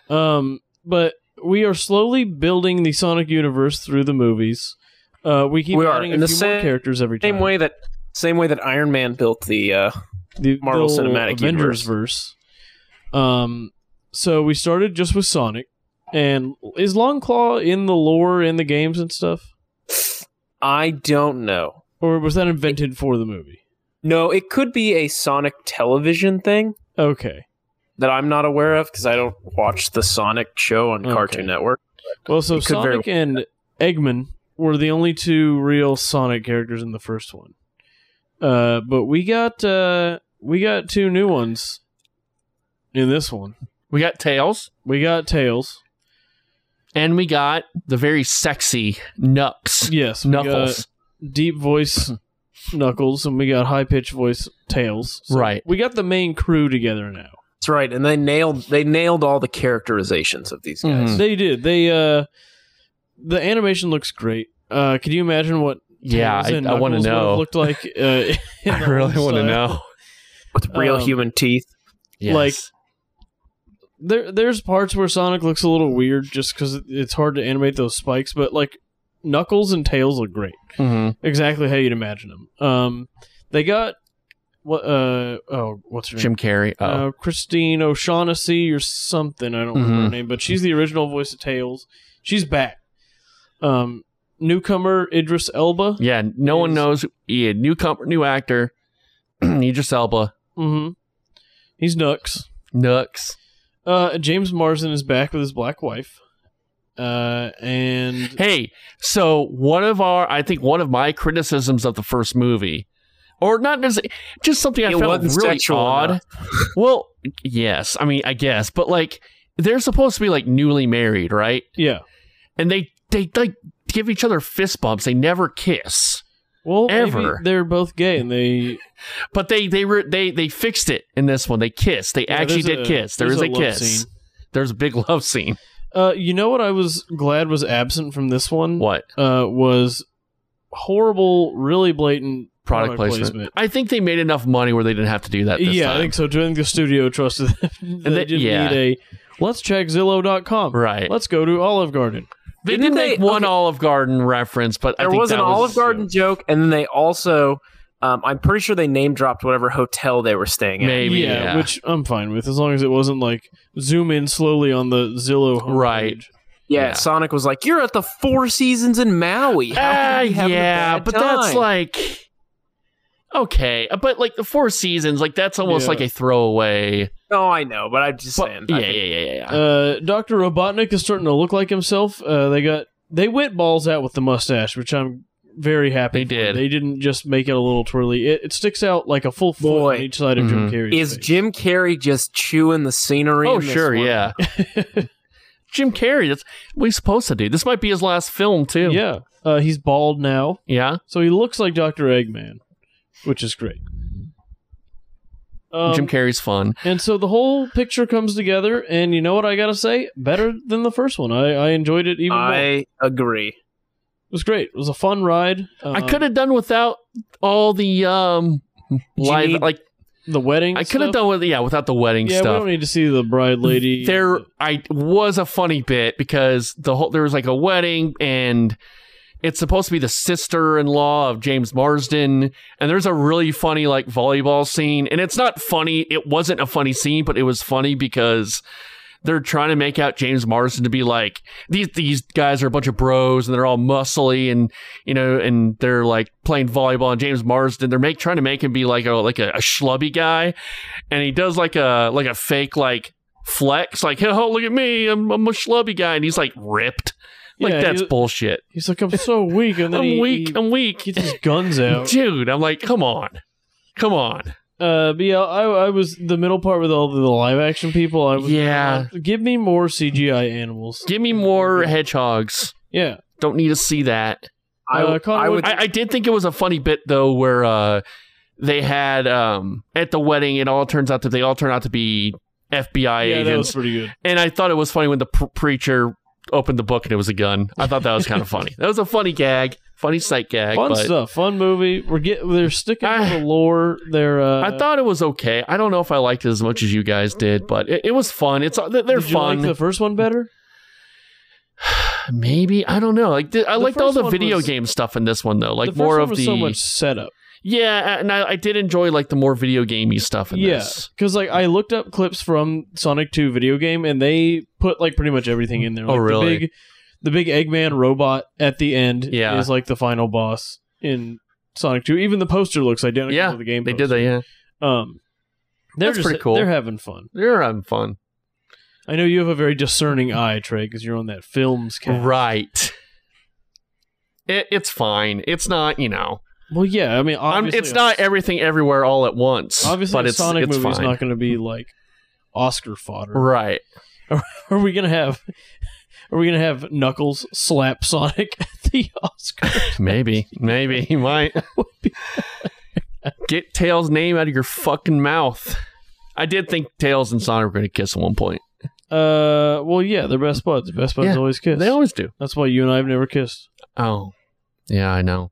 S3: Um, but we are slowly building the Sonic universe through the movies. Uh, we keep
S4: We are,
S3: adding a
S4: in
S3: few
S4: the
S3: more
S4: same-
S3: characters every time.
S4: Same way that same way that Iron Man built the uh,
S3: the
S4: Marvel
S3: the
S4: Cinematic
S3: Avengers verse. Um, so we started just with Sonic, and is Longclaw in the lore in the games and stuff,
S4: I don't know.
S3: or was that invented for the movie?
S4: No, it could be a Sonic television thing
S3: Okay.
S4: that I'm not aware of because I don't watch the Sonic show on
S3: Okay.
S4: Cartoon Network.
S3: Well, so
S4: It could very
S3: Sonic and Eggman were the only two real Sonic characters in the first one. Uh, but we got uh, we got two new ones in this one.
S2: We got Tails
S3: We got Tails.
S2: and we got the very sexy Nux.
S3: Yes, we got
S2: Knuckles.
S3: deep voice Knuckles, and we got high pitched voice Tails. So
S2: Right.
S3: We got the main crew together now.
S4: That's right, and they nailed they nailed all the characterizations of these guys.
S2: Mhm.
S3: They did. They uh, the animation looks great. Uh, can you imagine what?
S2: yeah,
S3: Tails
S2: I,
S3: and
S2: I want
S3: Knuckles
S2: to
S3: would've
S2: know.
S3: Looked like. Uh, in
S2: I
S3: the
S2: really
S3: old
S2: want to
S3: style?
S2: know.
S4: with real
S3: Um,
S4: human teeth.
S3: Like-
S2: Yes.
S3: there there's parts where Sonic looks a little weird just because it's hard to animate those spikes, but like Knuckles and Tails look great,
S2: Mhm.
S3: exactly how you'd imagine them. Um, they got what? Uh, oh, what's her name?
S2: Jim Carrey. Oh.
S3: Uh, Christine O'Shaughnessy or something. I don't remember her
S2: Mhm.
S3: name, but she's the original voice of Tails. She's back. Um, newcomer Idris Elba.
S2: yeah, no one
S3: is-
S2: knows. Yeah, new com- new actor. Idris Elba.
S3: Mm-hmm. He's Nux.
S2: Nux.
S3: Uh, James Marsden is back with his black wife. Uh, and
S2: Hey, so one of our, I think one of my criticisms of the first movie, or not just just something I
S4: It
S2: felt
S4: wasn't
S2: really
S4: sexual
S2: odd.
S4: enough.
S2: well, yes, I mean, I guess, but like they're supposed to be like newly married, right?
S3: yeah.
S2: And they they like give each other fist bumps. They never kiss,
S3: Well, maybe
S2: Ever.
S3: they're both gay and they
S2: but they they were they they fixed it in this one. They kissed. They
S3: Yeah,
S2: actually
S3: there's
S2: did
S3: a-
S2: kiss. There
S3: there's
S2: is
S3: a
S2: a,
S3: love
S2: kiss.
S3: scene.
S2: There's a big love scene.
S3: Uh, you know what I was glad was absent from this one?
S2: What?
S3: Uh, was horrible, really blatant
S2: Product, placement. I think they made enough money where they didn't have to do that. This
S3: Yeah, I
S2: time.
S3: think so. too. I think the studio trusted them. they,
S2: they-
S3: didn't
S2: yeah.
S3: need a let's check Zillow.com.
S2: right.
S3: Let's go to Olive Garden.
S2: They did
S4: Didn't
S2: make
S4: they-
S2: one
S4: okay.
S2: Olive Garden reference, but I
S4: There
S2: think
S4: was an
S2: that
S4: Olive Garden joke, and then they also, um, I'm pretty sure they name dropped whatever hotel they were staying at.
S2: Maybe,
S3: yeah,
S2: yeah.
S3: which I'm fine with as long as it wasn't like zoom in slowly on the Zillow homepage.
S2: Right.
S4: Yeah,
S2: Yeah.
S4: Sonic was like, "You're at the Four Seasons in Maui." How
S2: Ah,
S4: can you be having a
S2: yeah,
S4: bad
S2: but that's
S4: time?"
S2: like okay, Uh, but like the Four Seasons, like that's almost
S3: Yeah.
S2: like a throwaway.
S4: no, Oh, I know, but I'm just
S2: But,
S4: saying.
S2: yeah,
S4: I
S2: yeah,
S4: think-
S2: yeah, yeah, yeah.
S3: Uh, Dr. Robotnik is starting to look like himself. Uh, they got they went balls out with the mustache, which I'm very happy.
S2: They
S3: for.
S2: did.
S3: They didn't just make it a little twirly. It, it sticks out like a full foot
S4: Boy.
S3: on each side of Jim
S2: Mhm.
S3: Carrey's
S4: Is
S3: face.
S4: Jim Carrey just chewing the scenery?
S2: oh,
S4: in this
S2: sure,
S4: one?
S2: yeah. Jim Carrey, that's what he's supposed to do. This might be his last film too.
S3: Yeah, uh, he's bald now,
S2: yeah.
S3: so he looks like Doctor Eggman, which is great. Um,
S2: Jim Carrey's fun.
S3: and so the whole picture comes together, and you know what I gotta say? Better than the first one. I, I enjoyed it even more. It
S4: I agree.
S3: was great. It was a fun ride.
S2: I
S3: Um,
S2: could have done without all the um live
S4: need-
S2: like
S3: the wedding.
S2: I could have
S3: stuff.
S2: done with yeah without the wedding
S3: Yeah, we
S2: stuff.
S3: don't need to see the bride lady.
S2: there i was a funny bit because the whole there was like a wedding and it's supposed to be the sister-in-law of james marsden and there's a really funny like volleyball scene and it's not funny it wasn't a funny scene but it was funny because they're trying to make out James Marsden to be like these these guys are a bunch of bros and they're all muscly and you know and they're like playing volleyball and James Marsden they're make trying to make him be like a like a, a schlubby guy and he does like a like a fake like flex, like, oh, look at me, I'm, I'm a schlubby guy. And he's like ripped. Like,
S3: Yeah,
S2: that's
S3: he-
S2: bullshit.
S3: He's like, I'm so weak, and then
S2: I'm
S3: he,
S2: weak.
S3: he
S2: I'm weak.
S3: gets his guns out.
S2: Dude, I'm like, come on. Come on.
S3: Uh, but yeah, I, I was the middle part with all the live action people. I was, "Uh,
S2: Yeah.
S3: give me more CGI animals.
S2: Give me more hedgehogs.
S3: Yeah,
S2: Don't need to see that.
S4: I,
S3: Uh, Connor,
S4: I
S3: what-
S4: would.
S2: I, I did think it was a funny bit, though, where uh, they had um, at the wedding, it all turns out that they all turn out to be FBI
S3: yeah, that was
S2: agents.
S3: pretty good.
S2: And I thought it was funny when the pr- preacher opened the book and it was a gun. I thought that was kind of funny. That was a funny gag. funny sight gag.
S3: fun
S2: but
S3: stuff, fun movie. We're getting they're sticking to the
S2: I-
S3: lore. They're uh,
S2: Ah. I thought it was okay. I don't know if I liked it as much as you guys did, but it, it was fun. It's they're they're
S3: did you like
S2: fun.
S3: the first one better?
S2: Maybe I don't know. Like th- I
S3: The
S2: liked all
S3: first
S2: the
S3: one
S2: video
S3: was-
S2: game stuff in this one though. Like
S3: the first
S2: more
S3: one
S2: of
S3: was
S2: the
S3: so much setup.
S2: yeah, and I, I did enjoy like the more video gamey stuff in
S3: Yeah,
S2: this.
S3: because like I looked up clips from Sonic Two video game, and they put like pretty much everything in there.
S2: Oh,
S3: Like,
S2: really?
S3: The big, the big Eggman robot at the end
S2: Yeah.
S3: is like the final boss in Sonic Two. Even the poster looks identical
S2: Yeah,
S3: to the game.
S2: They
S3: poster.
S2: did that. Yeah,
S3: Um, they're
S2: That's
S3: just,
S2: pretty cool.
S3: They're having fun.
S2: they're having fun.
S3: I know you have a very discerning eye, Trey, because you're on that films cast.
S2: Right. It, it's fine. It's not, you know,
S3: Well, yeah. I mean,
S2: I'm-
S3: obviously,
S2: it's not everything everywhere all at once.
S3: Obviously,
S2: but
S3: a
S2: it's,
S3: Sonic
S2: it's
S3: movie's
S2: fine.
S3: not going to be like Oscar fodder.
S2: right.
S3: Are we going to have? Are we going to have Knuckles slap Sonic at the Oscar?
S2: Maybe. Maybe he might. Get Tails' name out of your fucking mouth. I did think Tails and Sonic were going to kiss at one point.
S3: Uh, well, yeah, they're best buds. Best buds
S2: Yeah,
S3: always kiss.
S2: They always do.
S3: That's why you and I have never kissed.
S2: Oh. Yeah, I know.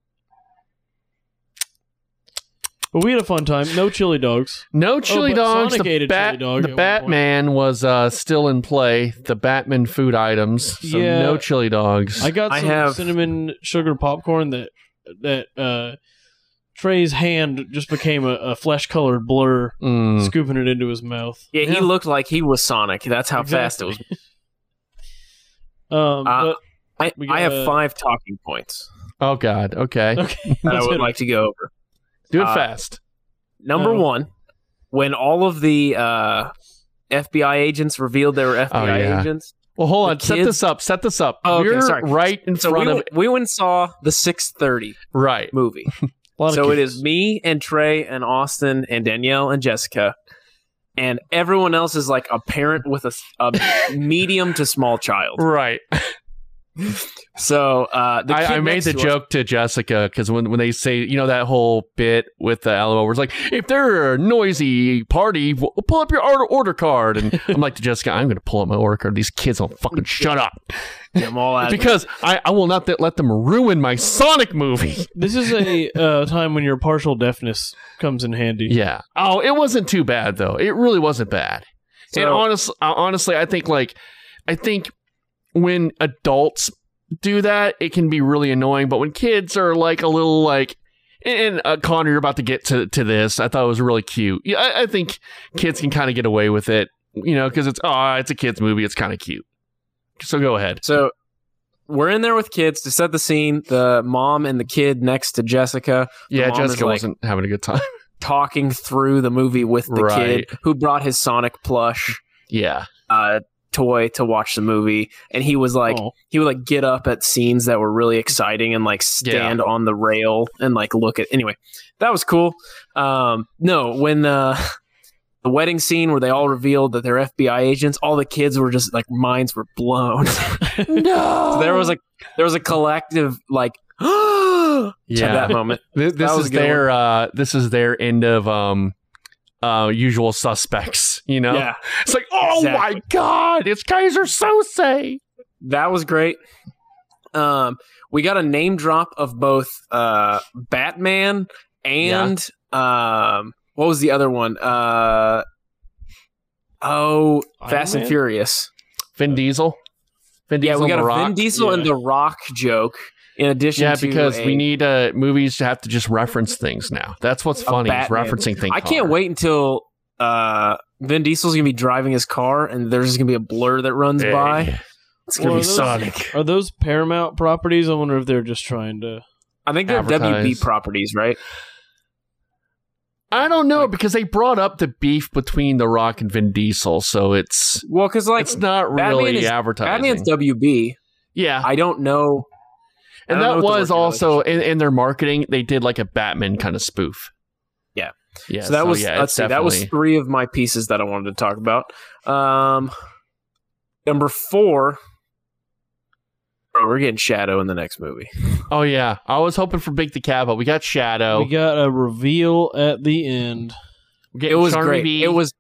S3: But we had a fun time. No chili dogs.
S2: No chili
S3: Oh, but
S2: dogs.
S3: Sonic ate
S2: the
S3: a
S2: bat,
S3: chili dog at one
S2: the
S3: point.
S2: Batman was uh, still in play. The Batman food items. So
S3: Yeah.
S2: no chili dogs.
S3: I got
S4: I
S3: some
S4: have-
S3: cinnamon sugar popcorn that that uh, Trey's hand just became a, a flesh colored blur,
S2: Mm.
S3: scooping it into his mouth.
S4: Hmm. Yeah, he looked like he was Sonic. That's how fast it was.
S3: Um,
S4: Uh,
S3: but
S4: I,
S3: We
S4: I
S3: gotta-
S4: have five talking points
S2: Oh God. Okay.
S3: okay,
S4: that I
S3: let's hit
S4: would
S3: it.
S4: like to go over.
S2: Do it
S4: Uh,
S2: fast.
S4: Number
S3: No.
S4: one, when all of the uh, FBI agents revealed they were FBI
S2: Oh, yeah.
S4: agents,
S2: Well, hold
S4: the
S2: on. Set
S4: kids-
S2: this up. Set this up.
S4: Oh, okay,
S2: You're
S4: sorry.
S2: right in
S4: so we,
S2: front of
S4: went- we went and saw the 6:30
S2: right.
S4: movie.
S3: Lot of
S4: so it
S3: kids.
S4: is me and Trey and Austin and Danielle and Jessica, and everyone else is like a parent with a, s- a medium to small child.
S2: Right.
S4: So uh, the kid
S2: I, I made
S4: next
S2: the
S4: to us-
S2: joke to Jessica because when, when they say you know that whole bit with the LOL where it's like if they're a noisy party w- pull up your order order card and I'm like to Jessica I'm gonna pull up my order card these kids don't fucking shut up
S4: I'm all out of it.
S2: because I, I will not th- let them ruin my Sonic movie
S3: This is a uh, time when your partial deafness comes in handy.
S2: yeah oh it wasn't too bad though it really wasn't bad and
S4: So-
S2: honestly, honestly, I think like I think when adults do that, it can be really annoying. But when kids are like a little like, and uh, Connor, you're about to get to to this. I thought it was really cute. Yeah, I, I think kids can kind of get away with it, you know, because it's oh, it's a kids movie. It's kind of cute. So go ahead.
S4: So we're in there with kids to set the scene. The mom and the kid next to Jessica
S2: Yeah,
S4: mom is
S2: Jessica
S4: like-
S2: wasn't having a good time.
S4: talking through the movie with the
S2: Right.
S4: kid who brought his Sonic plush
S2: Yeah,
S4: uh, toy to watch the movie, and he was like,
S3: Oh.
S4: he would like get up at scenes that were really exciting and like stand on the rail and like look at. Anyway, that was cool. Um, no, when uh, the wedding scene where they all revealed that they're FBI agents, all the kids were just like minds were blown.
S2: no.
S4: there was a there was a collective like. to
S2: yeah.
S4: that moment.
S2: This, this
S4: was
S2: is
S4: a good
S2: their uh, this is their end of um, uh, usual suspects. You know.
S4: Yeah,
S2: It's like, oh
S4: Exactly.
S2: my god, it's Kaiser Sose.
S4: that was great. Um, we got a name drop of both uh, Batman and um, what was the other one? Uh, oh,
S3: Iron
S4: Fast and
S3: Man?
S4: Furious.
S2: Vin Diesel. Vin
S4: yeah, we
S2: and
S4: got
S2: The
S4: a
S2: Rock.
S4: Vin Diesel and
S3: yeah.
S4: the Rock joke. In addition,
S2: yeah,
S4: to
S2: because
S4: a-
S2: we need uh, movies to have to just reference things now. That's what's funny is
S4: Batman.
S2: referencing things.
S4: I can't wait until uh, Vin Diesel's gonna be driving his car and there's just gonna be a blur that runs by. It's gonna
S3: Well,
S4: be
S3: those-
S4: Sonic.
S3: Are those Paramount properties? I wonder if they're just trying to.
S4: I think they're WB
S2: Advertise.
S4: properties, right?
S2: I don't know because they brought up the beef between The Rock and Vin Diesel, so it's
S4: Well, because like
S2: it's not
S4: Batman
S2: really
S4: is-
S2: advertising.
S4: Batman's WB.
S2: yeah,
S4: I don't know.
S2: and
S4: I don't
S2: that
S4: know what the
S2: was
S4: working
S2: also
S4: relationship
S2: in, in their marketing. They did like a Batman kind of spoof.
S4: Yeah.
S2: yeah.
S4: so that was
S2: yeah,
S4: let's
S2: it's
S4: see, that was
S2: definitely-
S4: three of my pieces that I wanted to talk about. Um, number four. Oh, we're getting Shadow in the next movie.
S2: Oh yeah, I was hoping for Big the Cat, but we got Shadow.
S3: We got a reveal at the end.
S2: We're getting
S4: It was
S2: Charmy
S4: great.
S2: B.
S4: It was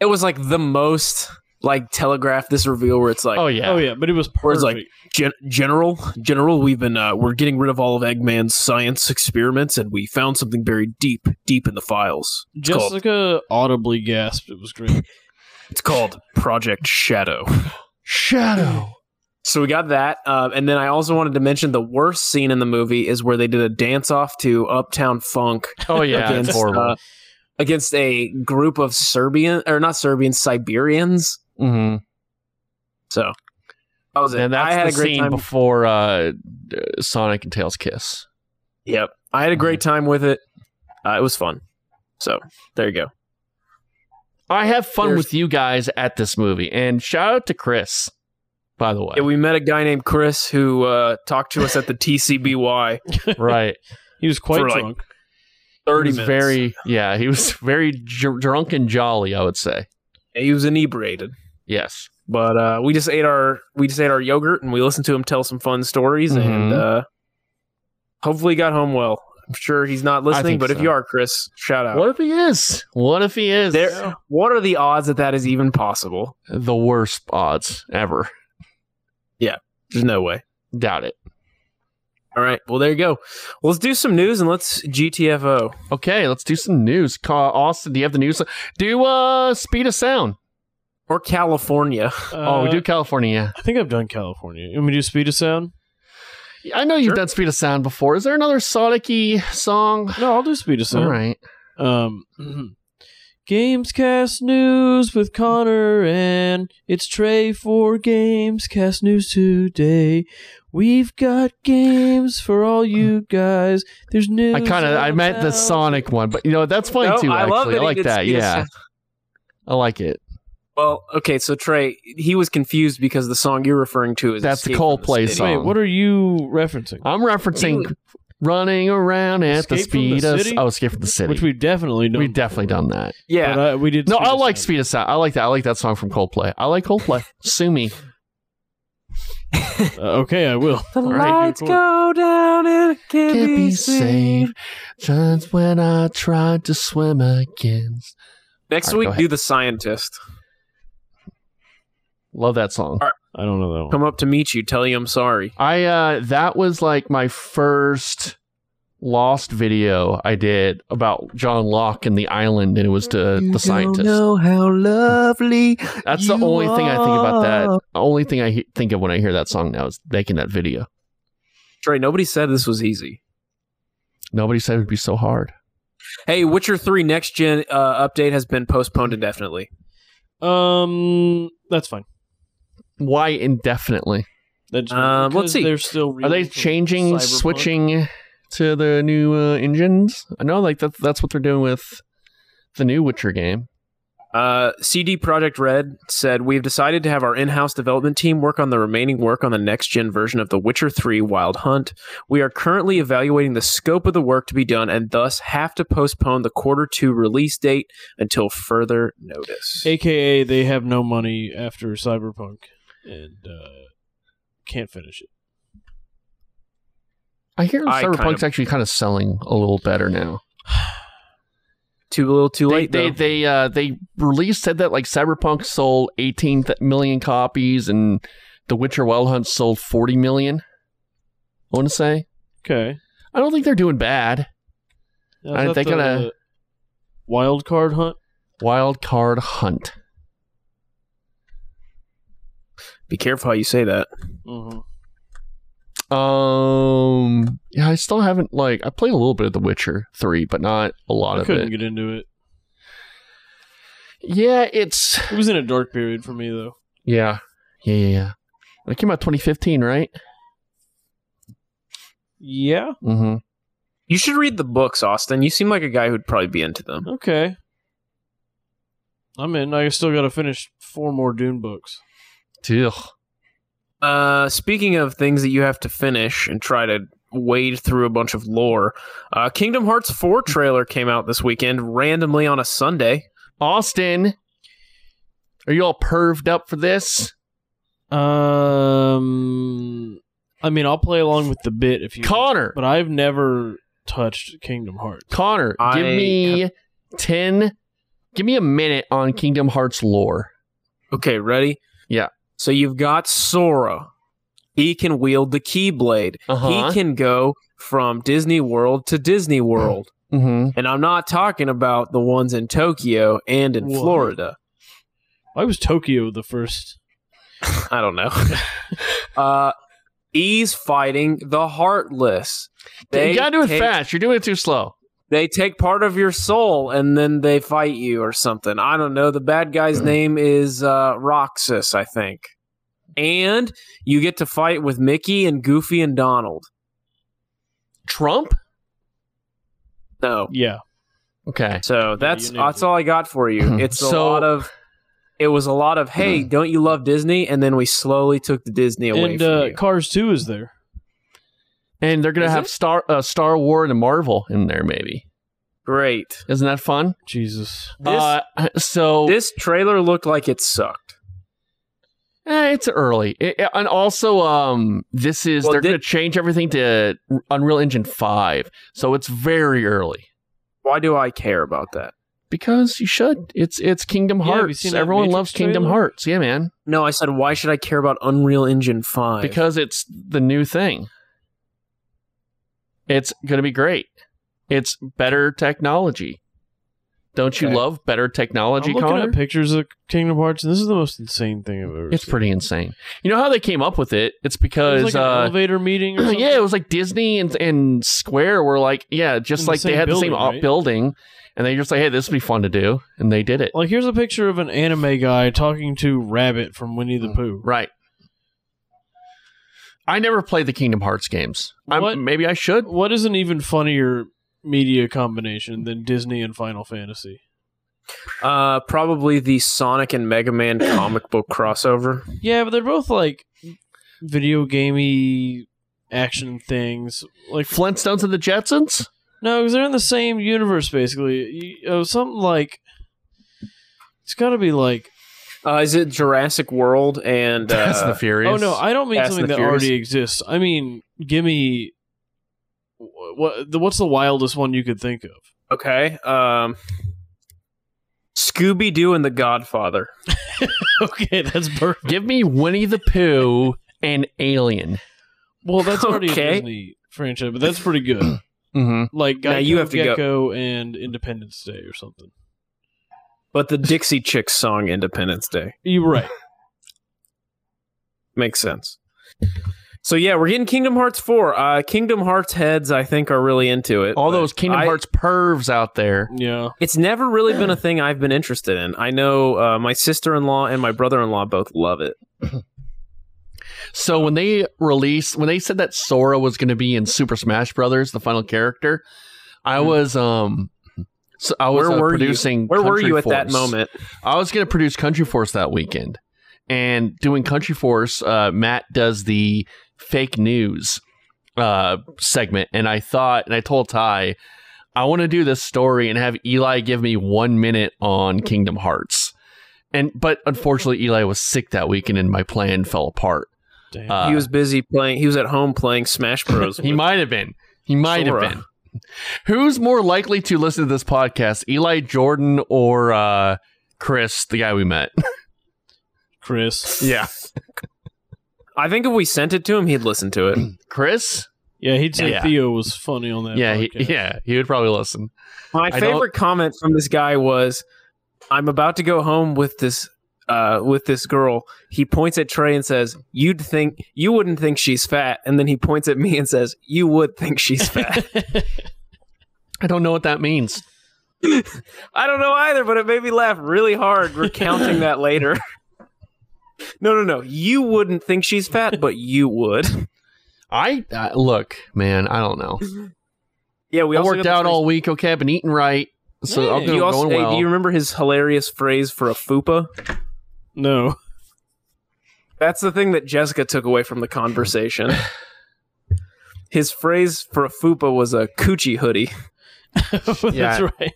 S4: it was like the most like telegraph this reveal where it's like,
S2: Oh yeah.
S3: Oh yeah, but it was perfect.
S4: Or it's like- Gen- General, General, we've been uh, we're getting rid of all of Eggman's science experiments, and we found something buried deep, deep in the files. It's called
S3: Jessica audibly gasped. It was great.
S4: it's called Project Shadow.
S2: Shadow.
S4: So we got that, uh, and then I also wanted to mention the worst scene in the movie is where they did a dance off to Uptown Funk
S2: Oh yeah.
S4: against
S2: it's horrible.
S4: uh, against a group of Serbian or not Serbians, Siberians.
S2: hmm
S4: So that was it.
S2: And that's
S4: I had
S2: the
S4: a great
S2: scene
S4: time.
S2: before uh, Sonic and Tails kiss.
S4: Yep, I had a
S2: Mhm.
S4: great time with it. Uh, it was fun. So there you go.
S2: I have fun
S4: There's-
S2: with you guys at this movie, and shout out to Chris, by the way.
S4: Yeah, we met a guy named Chris who uh, talked to us at the TCBY
S2: right,
S3: He was quite
S4: For, like,
S3: drunk.
S4: 30
S2: he was
S4: minutes.
S2: very yeah, he was very j- drunk and jolly. I would say
S4: he was inebriated.
S2: yes.
S4: But uh, we just ate our we just ate our yogurt and we listened to him tell some fun stories
S2: Mhm.
S4: and uh, hopefully got home well. I'm sure he's not listening,
S2: think
S4: but if
S2: so.
S4: you are, Chris, shout out.
S2: What if he is? What if he is?
S4: There, what are the odds that that is even possible?
S2: the worst odds ever.
S4: There's no way.
S2: Doubt it.
S4: All right. Well, there you go. Well, let's do some news and let's GTFO.
S2: Okay, let's do some news. Ca Austin, do you have the news? Do uh speed of sound.
S4: Or California.
S2: oh, we
S3: Uh,
S2: do California.
S3: I think I've done California. You want me to do Speed of Sound?
S2: I know you've
S4: sure.
S2: done speed of sound before. Is there another Sonic-y song?
S3: No, I'll do Speed of Sound.
S2: All right.
S3: Um, Gamescast news with Connor and it's Trey for Gamescast news today. We've got games for all you guys. There's news.
S2: I kind of I
S3: out
S2: meant
S3: now.
S2: the Sonic one, but you know that's funny
S4: No,
S2: too.
S4: I
S2: actually,
S4: love that
S2: I
S4: he
S2: like
S4: did
S2: that.
S4: speed of
S2: Yeah,
S4: sound.
S2: I like it.
S4: Well, okay, so Trey, he was confused because the song you're referring to is
S2: That's the
S4: Escape from
S2: Coldplay
S4: City.
S2: song.
S3: Wait, what are you referencing?
S2: I'm referencing running around at the
S3: Escape from the
S2: speed of
S3: City?
S2: oh, Escape from the City.
S3: Which we definitely don't.
S2: we definitely done that.
S3: But
S4: Yeah,
S3: I, we did.
S2: No,
S3: Speed
S2: I
S3: of
S2: like
S3: Sound.
S2: Speed of Sound. I like that. I like that song from Coldplay. I like Coldplay. Sue me.
S3: Uh, okay, I will.
S4: the
S2: All right,
S4: lights
S3: cool.
S4: go down and it can
S2: Can't
S4: be
S2: be saved.
S4: saved.
S2: Just when I tried to swim against.
S4: Next
S2: All right, go
S4: week,
S2: ahead.
S4: do the scientist.
S2: Love that song.
S3: I don't know that one.
S4: Come up to meet you, tell you I'm sorry.
S2: I uh that was like my first lost video I did about John Locke and the island and it was to the scientist.
S4: how lovely.
S2: That's the
S4: you
S2: only thing I think about that.
S4: are.
S2: The only thing I he- think of when I hear that song now is making that video.
S4: Trey, nobody said this was easy.
S2: Nobody said it would be so hard.
S4: Hey, Witcher 3 next gen uh, update has been postponed indefinitely.
S3: Um, that's fine.
S2: Why indefinitely?
S3: That's
S4: Um, let's
S3: because
S4: see.
S3: They're still.
S2: Are they
S3: reading from
S2: changing,
S3: Cyberpunk.
S2: switching to the new uh, engines? I know, like that, that's what they're doing with the new Witcher game.
S4: Uh, CD Projekt Red said, We've decided to have our in house development team work on the remaining work on the next gen version of The Witcher 3 Wild Hunt. We are currently evaluating the scope of the work to be done and thus have to postpone the quarter two release date until further notice.
S3: AKA, they have no money after Cyberpunk and uh, can't finish it.
S2: I hear
S4: I kind
S2: Cyberpunk's actually kind of selling a little better now.
S4: Too little, too
S2: They
S4: late.
S2: they
S4: though.
S2: they, uh, they released said that like Cyberpunk sold 18 th- million copies and The Witcher Wild Hunt sold 40 million. I want to say.
S3: Okay.
S2: I don't think they're doing bad.
S3: Now,
S2: Aren't
S3: is
S2: they
S3: that
S2: gonna-
S3: the wild card hunt?
S2: Wild card hunt.
S4: Be careful how you say that.
S3: Mm-hmm.
S2: Um, yeah, I still haven't like I played a little bit of The Witcher Three, but not a lot
S3: I
S2: of
S3: couldn't
S2: it.
S3: get into it.
S2: Yeah, it's
S3: It was in a dark period for me though.
S2: yeah, yeah, yeah. yeah. It came out 2015, right?
S3: Yeah.
S2: Mm-hmm.
S4: You should read the books, Austin. You seem like a guy who'd probably be into them.
S3: Okay. I'm in. I still got to finish four more Dune books.
S4: Uh, speaking of things that you have to finish and try to wade through a bunch of lore, uh, Kingdom Hearts 4 trailer came out this weekend randomly on a Sunday.
S2: Austin, are you all perved up for this?
S3: Um, I mean, I'll play along with the bit if you.
S2: Connor,
S3: but I've never touched Kingdom Hearts.
S2: Connor, give
S4: I-
S2: me ten. Give me a minute on Kingdom Hearts lore.
S4: Okay, ready?
S2: Yeah.
S4: So you've got Sora. He can wield the Keyblade.
S2: Uh-huh.
S4: He can go from Disney World to Disney World.
S2: Mm-hmm.
S4: And I'm not talking about the ones in Tokyo and in
S3: Whoa.
S4: Florida.
S3: Why was Tokyo the first?
S4: I don't know. uh, he's fighting the Heartless.
S2: you gotta do it
S4: take-
S2: fast. You're doing it too slow.
S4: They take part of your soul and then they fight you or something. I don't know. The bad guy's
S2: Hmm.
S4: name is uh, Roxas, I think. And you get to fight with Mickey and Goofy and Donald.
S2: Trump?
S4: No.
S3: Yeah.
S2: Okay.
S4: So that's
S3: you nailed
S4: that's
S3: it.
S4: all I got for you. It's a
S2: Hmm. So- Hmm.
S4: lot of it was a lot of hey, don't you love Disney? And then we slowly took the Disney away
S3: And
S4: from
S3: uh,
S4: you.
S3: Cars 2 is there.
S2: And they're gonna
S4: Is
S2: have
S4: it?
S2: Star uh, Star War and Marvel in there, maybe.
S4: Great.
S2: Isn't that fun?
S3: Jesus.
S4: This-
S2: uh, so
S4: This trailer looked like it sucked.
S2: eh, it's early, It- it- and also um, this is
S4: Well,
S2: they're
S4: thi-
S2: gonna change everything to Unreal Engine five, so it's very early.
S4: Why do I care about that?
S2: Because you should. It's it's Kingdom
S3: Yeah, have you
S2: Hearts.
S3: seen that
S2: Everyone
S3: Matrix
S2: loves Kingdom
S3: trailer?
S2: Hearts. Yeah, man.
S4: No, I said why should I care about Unreal Engine 5?
S2: Because it's the new thing. It's going to be great. It's better technology. Don't you
S4: Okay.
S2: love better
S3: I'm
S2: technology,
S3: looking
S2: Connor?
S3: at pictures of Kingdom Hearts, and this is the most insane thing I've ever
S2: It's
S3: seen.
S2: pretty insane. You know how they came up with it? It's because
S3: It was like an
S2: uh,
S3: elevator meeting or something.
S2: yeah, it was like Disney and, and Square were like, yeah, just
S3: In the
S2: like they
S3: same
S2: had the same
S3: building,
S2: op-
S3: right?
S2: building, and they just like, hey, this would be fun to do, and they did it.
S3: Like, here's a picture of an anime guy talking to Rabbit from Winnie
S2: Mm.
S3: the Pooh.
S2: Right. I never played the Kingdom Hearts games.
S3: What?
S2: I'm, maybe I should.
S3: What is an even funnier media combination than Disney and Final Fantasy?
S4: Uh, probably the Sonic and Mega Man comic book crossover.
S3: Yeah, but they're both like video gamey action things. Like,
S2: Flintstones and the Jetsons?
S3: no, because they're in the same universe basically. You- oh, something like it's got to be like.
S4: Uh, is it Jurassic World and uh,
S2: Fast and the Furious.
S3: Oh no, I don't mean
S4: Fast
S3: something
S4: and the
S3: that
S4: Furious.
S3: already exists. I mean, give me wh- what the, what's the wildest one you could think of?
S4: okay, um, Scooby Doo and the Godfather.
S3: okay, that's perfect.
S2: Give me Winnie the Pooh and Alien.
S3: Well, that's already a
S4: Okay.
S3: Disney franchise, but that's pretty good.
S2: Mm-hmm.
S3: Like Geico,
S4: Now you have to go-
S3: Gecko and Independence Day or something.
S4: But the Dixie Chicks song Independence Day
S3: You're right.
S4: makes sense. So yeah, we're getting Kingdom Hearts 4. Uh Kingdom Hearts heads I think are really into it.
S2: All
S4: but
S2: those Kingdom
S4: I-
S2: Hearts pervs out there.
S3: Yeah.
S4: It's never really been a thing I've been interested in. I know uh, my sister-in-law and my brother-in-law both love it.
S2: So when they released, when they said that Sora was going to be in Super Smash Brothers, the final character, I
S4: Mhm.
S2: was um, so I was
S4: Where
S2: uh,
S4: were you?
S2: producing.
S4: Where were
S2: Country
S4: you at that
S2: Force.
S4: moment?
S2: I was going to produce Country Force that weekend, and doing Country Force, uh, Matt does the fake news uh, segment, and I thought, and I told Ty, I want to do this story and have Eli give me one minute on Kingdom Hearts, and but unfortunately, Eli was sick that weekend, and my plan fell apart.
S3: Damn.
S2: Uh,
S4: he was busy playing. He was at home playing Smash Bros.
S2: He
S4: with-
S2: might have been. He might
S4: Sora.
S2: have been. Who's more likely to listen to this podcast, Eli Jordan or uh, Chris, the guy we met?
S3: Chris.
S2: Yeah,
S4: I think if we sent it to him, he'd listen to it.
S2: Chris.
S3: Yeah, he'd say
S2: Yeah.
S3: Theo was funny on that.
S2: yeah, he,
S3: podcast.
S2: yeah, he would probably listen.
S4: My
S2: I
S4: favorite comment from this guy was, "I'm about to go home with this." Uh, with this girl, he points at Trey and says, "You'd think you wouldn't think she's fat," and then he points at me and says, "You would think she's fat."
S2: I don't know what that means.
S4: I don't know either, but it made me laugh really hard recounting that later. no, no, no. You wouldn't think she's fat, but you would.
S2: I uh, look, man, I don't know.
S4: Yeah, we
S2: I
S4: also
S2: worked
S4: got the
S2: out
S4: free-
S2: all week. Okay, I've been eating right, so
S3: Yeah.
S2: I'm
S3: You
S2: doing,
S4: You also,
S2: going
S4: hey,
S2: well.
S4: do you remember his hilarious phrase for a fupa?
S3: No.
S4: That's the thing that Jessica took away from the conversation. His phrase for a fupa was a coochie hoodie.
S3: That's right.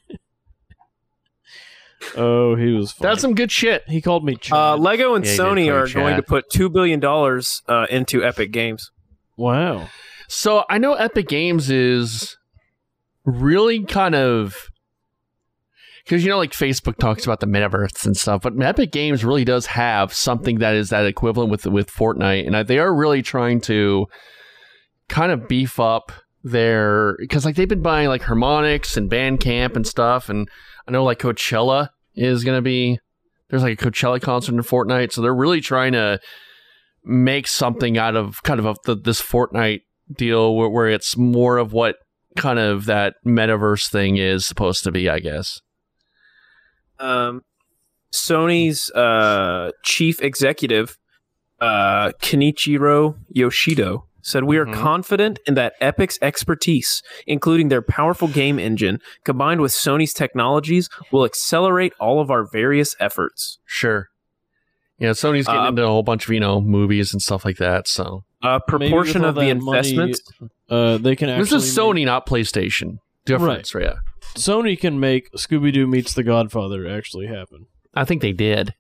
S3: oh, he was funny.
S2: That's some good shit.
S3: he called me Chad.
S4: Uh, Lego and
S2: Yeah, he did
S4: Sony
S2: call you
S4: are going
S2: Chad.
S4: to put two billion dollars uh, into Epic Games.
S3: wow.
S2: So I know Epic Games is really kind of because you know, like Facebook talks about the metaverse and stuff, but Epic Games really does have something that is that equivalent with with Fortnite, and I, they are really trying to kind of beef up their because like they've been buying like Harmonix and Bandcamp and stuff, and I know like Coachella is going to be there's like a Coachella concert in Fortnite, so they're really trying to make something out of kind of a, the, this Fortnite deal where, where it's more of what kind of that metaverse thing is supposed to be, I guess.
S4: Um, Sony's uh, chief executive, uh, Kenichiro Yoshido, said, We are
S3: Mm-hmm.
S2: Mhm.
S4: confident in that Epic's expertise, including their powerful game engine, combined with Sony's technologies, will accelerate all of our various efforts.
S2: Sure. Yeah, Sony's getting
S4: Uh,
S2: into a whole bunch of you know movies and stuff like that. So
S4: A
S3: with
S4: proportion
S3: all
S4: of the
S3: that money,
S4: investments.
S3: Uh, they can
S2: this
S3: actually
S2: is Sony, not PlayStation. Difference, yeah.
S3: make- Sony can make Scooby Doo meets The Godfather actually happen.
S2: I think they did.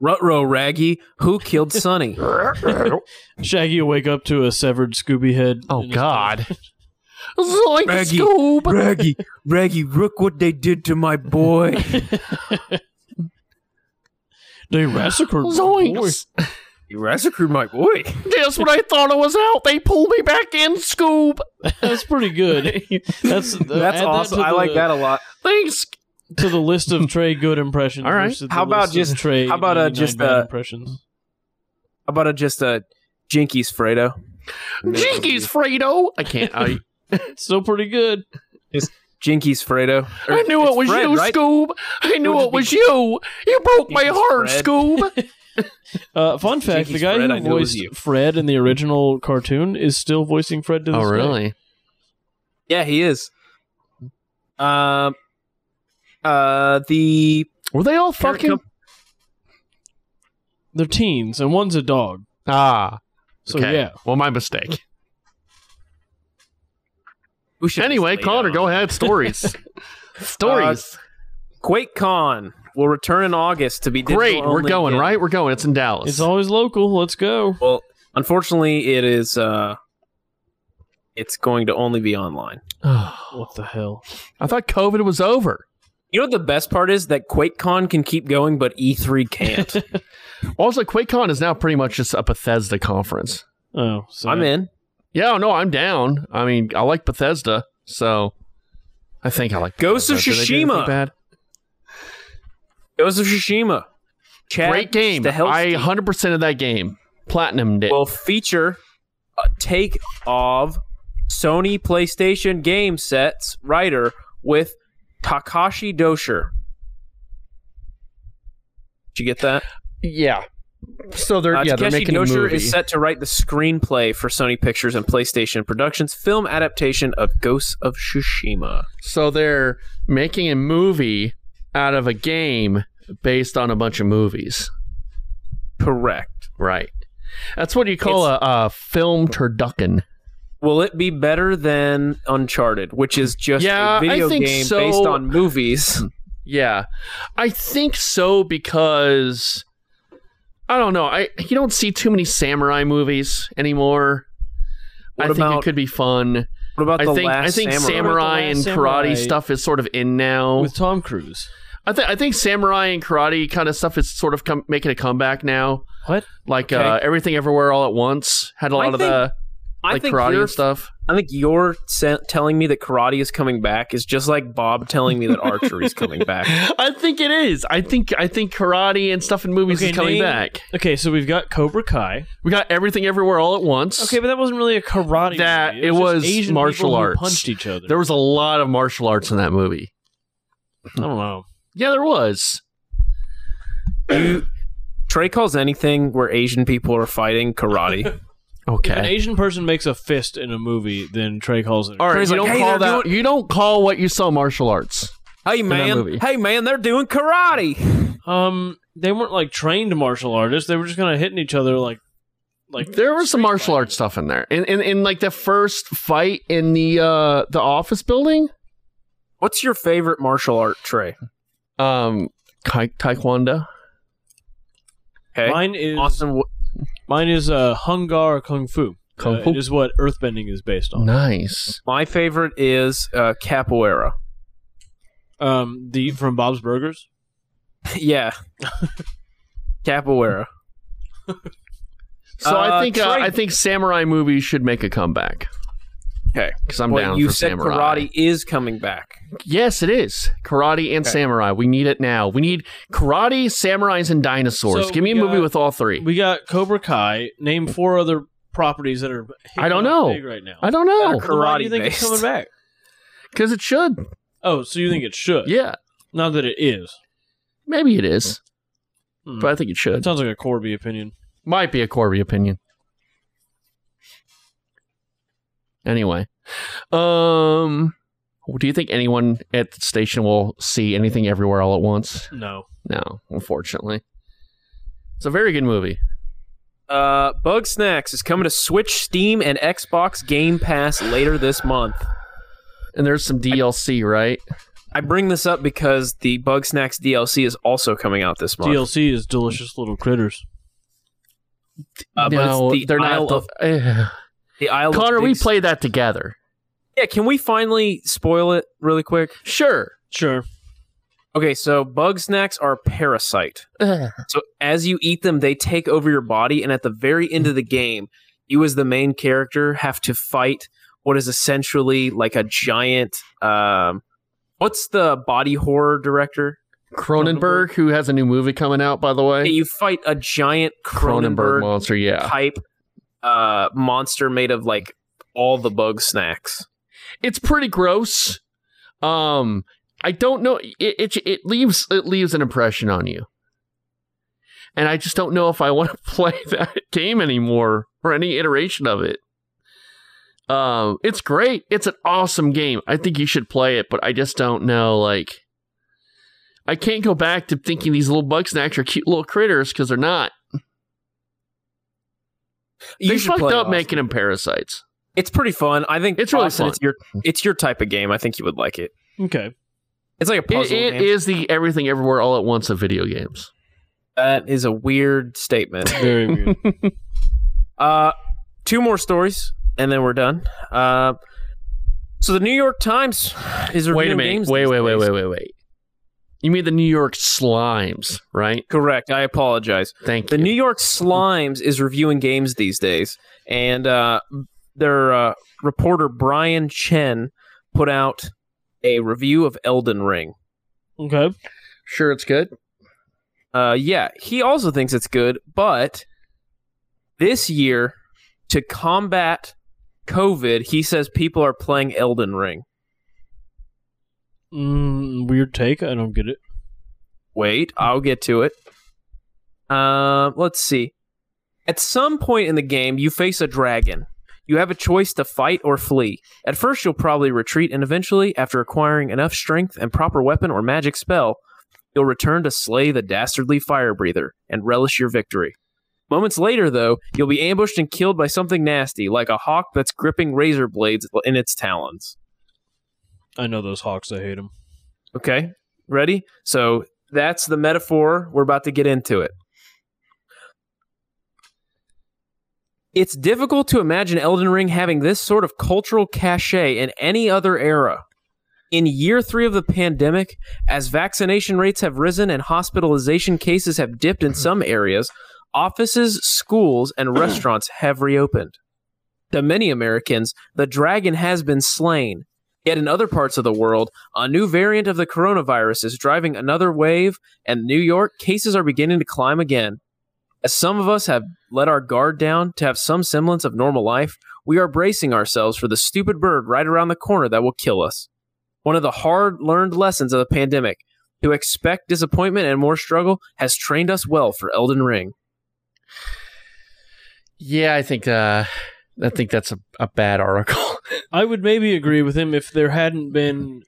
S4: Rutro Raggy, who killed Sonny?
S3: Shaggy will wake up to a severed Scooby head.
S2: Oh
S3: in his
S2: God. Zoink
S4: Maggie.
S2: Scoob.
S4: Raggy, Raggy, look what they did to my boy.
S3: They massacred my boy.
S2: Zoinks.
S4: You massacred my boy.
S2: Just when I thought I was out, they pulled me back in, Scoob.
S3: That's pretty good. That's uh,
S4: That's awesome. I like that a lot.
S2: Thanks.
S3: to the list of Trey good impressions.
S2: All right.
S3: versus the
S4: How about
S3: list of
S4: just-
S3: Trey?
S4: how about, uh,
S3: 99
S4: just,
S3: bad
S4: uh,
S3: impressions?
S4: How about a, just a Jinkies Fredo?
S2: Jinkies, Fredo. I can't. I,
S3: Still pretty good.
S4: Jinkies Fredo.
S2: I knew it
S4: It's
S2: was
S4: Fred,
S2: you,
S4: right?
S2: Scoob. I
S4: It
S2: knew
S4: would
S2: it
S4: just be-
S2: was you. You broke my
S4: Jinkies,
S2: heart,
S4: Fred.
S2: Scoob.
S3: Uh, fun fact: the
S4: Jinkies
S3: guy
S4: Fred, I
S3: who
S4: knew it was
S3: voiced
S4: you.
S3: Fred in the original cartoon is still voicing Fred
S2: Oh,
S3: to this day.
S4: Yeah, he is. Um, uh, the
S2: Were they all
S4: Parent
S2: fucking?
S3: They're teens, and one's a dog.
S2: Ah.
S3: So
S2: okay.
S3: yeah,
S2: Well, my mistake.
S4: we should
S2: Anyway,
S4: just lay
S2: Connor,
S4: down. Uh,
S2: go ahead. Stories. Stories.
S4: QuakeCon will return in August to be digital
S2: Great. We're
S4: only
S2: going,
S4: again.
S2: right? We're going. It's in Dallas.
S3: it's always local. Let's go.
S4: Well, unfortunately, it is. uh It's going to only be online.
S3: What the hell?
S2: I thought COVID was over.
S4: You know what the best part is that QuakeCon can keep going, but E3 can't.
S2: Also, QuakeCon is now pretty much just a Bethesda conference.
S3: Oh, so
S4: I'm in.
S2: Yeah, no, I'm down. I mean, I like Bethesda, so I think I like
S4: Ghost of
S2: Bethesda. Did they do anything
S4: Tsushima.
S2: Bad.
S4: Ghost of Tsushima. Chad
S2: Great game. I
S4: Stahelski
S2: 100% of that game. Platinum did.
S4: will feature a take of Sony PlayStation game sets writer with Takashi Dosher. Did you get that?
S2: yeah. So they're
S4: Uh,
S2: yeah, they're
S4: Takeshi
S2: making a
S4: Dosher
S2: movie.
S4: is set to write the screenplay for Sony Pictures and PlayStation Productions film adaptation of Ghosts of Tsushima.
S2: So they're making a movie out of a game based on a bunch of movies.
S4: Correct.
S2: Right. That's what you call a, a film turducken.
S4: Will it be better than Uncharted, which is just
S2: Yeah, I
S4: a video
S2: think
S4: game
S2: so. Hmm.
S4: based on movies?
S2: Yeah. I think so because I don't know. I you don't see too many samurai movies anymore. I
S4: What
S2: think
S4: about-
S2: it could be fun.
S4: What about
S2: I
S4: the
S2: think
S4: last
S2: I think
S3: What
S2: samurai, and
S3: about The Last Samurai?
S2: karate stuff is sort of in now.
S3: with Tom Cruise.
S2: I think I think samurai and karate kind of stuff is sort of com- making a comeback now.
S3: What?
S2: Like
S4: Okay.
S2: uh, everything everywhere all at once had a lot
S4: I
S2: of
S4: think-
S2: the
S4: I
S2: like
S4: think
S2: karate
S4: you're
S2: and stuff.
S4: I think you're sa- telling me that karate is coming back is just like Bob telling me that archery is coming back.
S2: I think it is. I think I think karate and stuff in movies
S3: Okay,
S2: is coming
S3: name-
S2: back.
S3: Okay, so we've got Cobra Kai.
S2: We got everything everywhere all at once.
S3: Okay, but that wasn't really a karate.
S2: That-
S3: movie.
S2: it was
S3: just Asian
S2: martial
S3: people who
S2: arts.
S3: punched each other.
S2: There was a lot of martial arts in that movie.
S3: I don't know.
S2: Yeah, there was.
S4: You, Trey calls anything where Asian people are fighting karate.
S3: If an
S2: Okay.
S3: Asian person makes a fist in a movie, then Trey calls it.
S2: All right,
S4: Trey's
S2: you
S4: like,
S2: don't
S4: "Hey,
S2: call
S4: they're
S2: that. You don't call what you saw martial arts.
S4: Hey
S2: that
S4: man,
S2: movie.
S4: hey man, they're doing karate.
S3: Um, they weren't like trained martial artists. They were just kind of hitting each other like, like
S2: There was some
S3: street
S2: martial
S3: fight.
S2: arts stuff in there. In, in in like the first fight in the uh the office building,
S4: What's your favorite martial art, Trey?
S2: um kai- taekwondo.
S4: Okay,
S3: Mine is
S4: Austin. wh-
S3: mine is uh hungar kung fu.
S2: Kung
S3: Uh,
S2: fu.
S3: it is what earthbending is based on.
S2: Nice.
S4: My favorite is uh, capoeira.
S5: um, the from Bob's Burgers.
S4: yeah. Capoeira.
S2: So
S4: Uh,
S2: I think uh,
S4: Trey-
S2: I think samurai movies should make a comeback.
S4: Okay.
S2: because I'm
S4: Well,
S2: down
S4: you
S2: for
S4: said
S2: samurai.
S4: karate is coming back.
S2: Yes, it is karate and samurai. We need it now. We need karate, samurais, and dinosaurs.
S5: So
S2: Give me a
S5: we
S2: movie
S4: uh,
S5: got-
S2: with all three.
S5: We got Cobra Kai. Name four other properties that are.
S2: I don't
S5: hitting
S2: know.
S5: big right now.
S2: I don't
S4: Better
S2: know
S5: So why do you think
S4: Karate-based.
S5: it's coming back?
S2: because it should.
S5: Oh, so you think it should?
S2: Yeah,
S5: Not that it is.
S2: maybe it is,
S4: Mm-hmm.
S5: Hmm.
S2: but I think it
S5: It
S2: should.
S5: sounds like a Corby opinion.
S2: Might be a Corby opinion. Anyway, um, do you think anyone at the station will see anything everywhere all at once?
S5: No.
S2: No, unfortunately. It's a very good movie.
S4: Uh, Bug Snacks is coming to Switch, Steam, and Xbox Game Pass later this month.
S2: And there's some DLC, right?
S4: I bring this up because the Bug Snacks DLC is also coming out this month.
S5: DLC is delicious little critters.
S4: Uh, but it's
S2: no,
S4: the
S2: they're
S4: Isle
S2: not.
S4: of-
S2: the-
S4: The Isle of
S2: Connor, we
S4: Big-
S2: played that together.
S4: Yeah, can we finally spoil it really quick?
S2: Sure.
S5: Sure.
S4: Okay, so Bug Snacks are a parasite.
S2: Ugh.
S4: So as you eat them, they take over your body, and at the very end of the game, you as the main character have to fight what is essentially like a giant. Um, what's the body horror director?
S2: Cronenberg, who has a new movie coming out, by the way.
S4: You fight a giant
S2: Cronenberg,
S4: Cronenberg,
S2: monster, yeah.
S4: type uh, monster made of like all the bug snacks.
S2: It's pretty gross. Um, I don't know. It, it it leaves it leaves an impression on you, and I just don't know if I want to play that game anymore or any iteration of it. Um, it's great. It's an awesome game. I think you should play it, but I just don't know. Like, I can't go back to thinking these little bug snacks are cute little critters because they're not.
S4: You
S2: they
S4: should
S2: fucked
S4: play it,
S2: up
S4: Austin.
S2: making them parasites.
S4: It's pretty fun. I think
S2: It's really
S4: Austin,
S2: fun.
S4: It's your it's your type of game. I think you would like it.
S5: Okay.
S4: It's like a
S2: It,
S4: puzzle.
S2: it
S4: game.
S2: is the everything everywhere all at once of video games.
S4: that is a weird statement.
S5: Very weird.
S4: Uh, two more stories, and then we're done. Uh, so the New York Times is reviewing
S2: Wait a minute.
S4: games
S2: Wait,
S4: these
S2: wait, wait,
S4: days.
S2: wait, wait, wait. You mean the New York Slimes, right?
S4: Correct. I apologize.
S2: Thank
S4: The
S2: you.
S4: New York Slimes is reviewing games these days, and uh, their uh, reporter Brian Chen put out a review of Elden Ring.
S5: Okay.
S2: sure, it's good.
S4: Uh, yeah, he also thinks it's good, but this year to combat COVID, he says people are playing Elden Ring.
S5: Mm, weird take. I don't get it.
S4: Wait, I'll get to it. Um, let's see. At some point in the game, you face a dragon. You have a choice to fight or flee. At first, you'll probably retreat, and eventually, after acquiring enough strength and proper weapon or magic spell, you'll return to slay the dastardly fire breather and relish your victory. Moments later, though, you'll be ambushed and killed by something nasty, like a hawk that's gripping razor blades in its talons.
S5: I know those hawks. I hate them.
S4: Okay, ready? So that's the metaphor. We're about to get into it. It's difficult to imagine Elden Ring having this sort of cultural cachet in any other era. In year three of the pandemic, as vaccination rates have risen and hospitalization cases have dipped in some areas, offices, schools, and restaurants have reopened. To many Americans, the dragon has been slain. Yet in other parts of the world, a new variant of the coronavirus is driving another wave, and New York cases are beginning to climb again. As some of us have let our guard down to have some semblance of normal life, we are bracing ourselves for the stupid bird right around the corner that will kill us. One of the hard learned lessons of the pandemic to expect disappointment and more struggle has trained us well for Elden Ring.
S2: Yeah, I think uh, I think that's a, a bad article.
S5: I would maybe agree with him if there hadn't been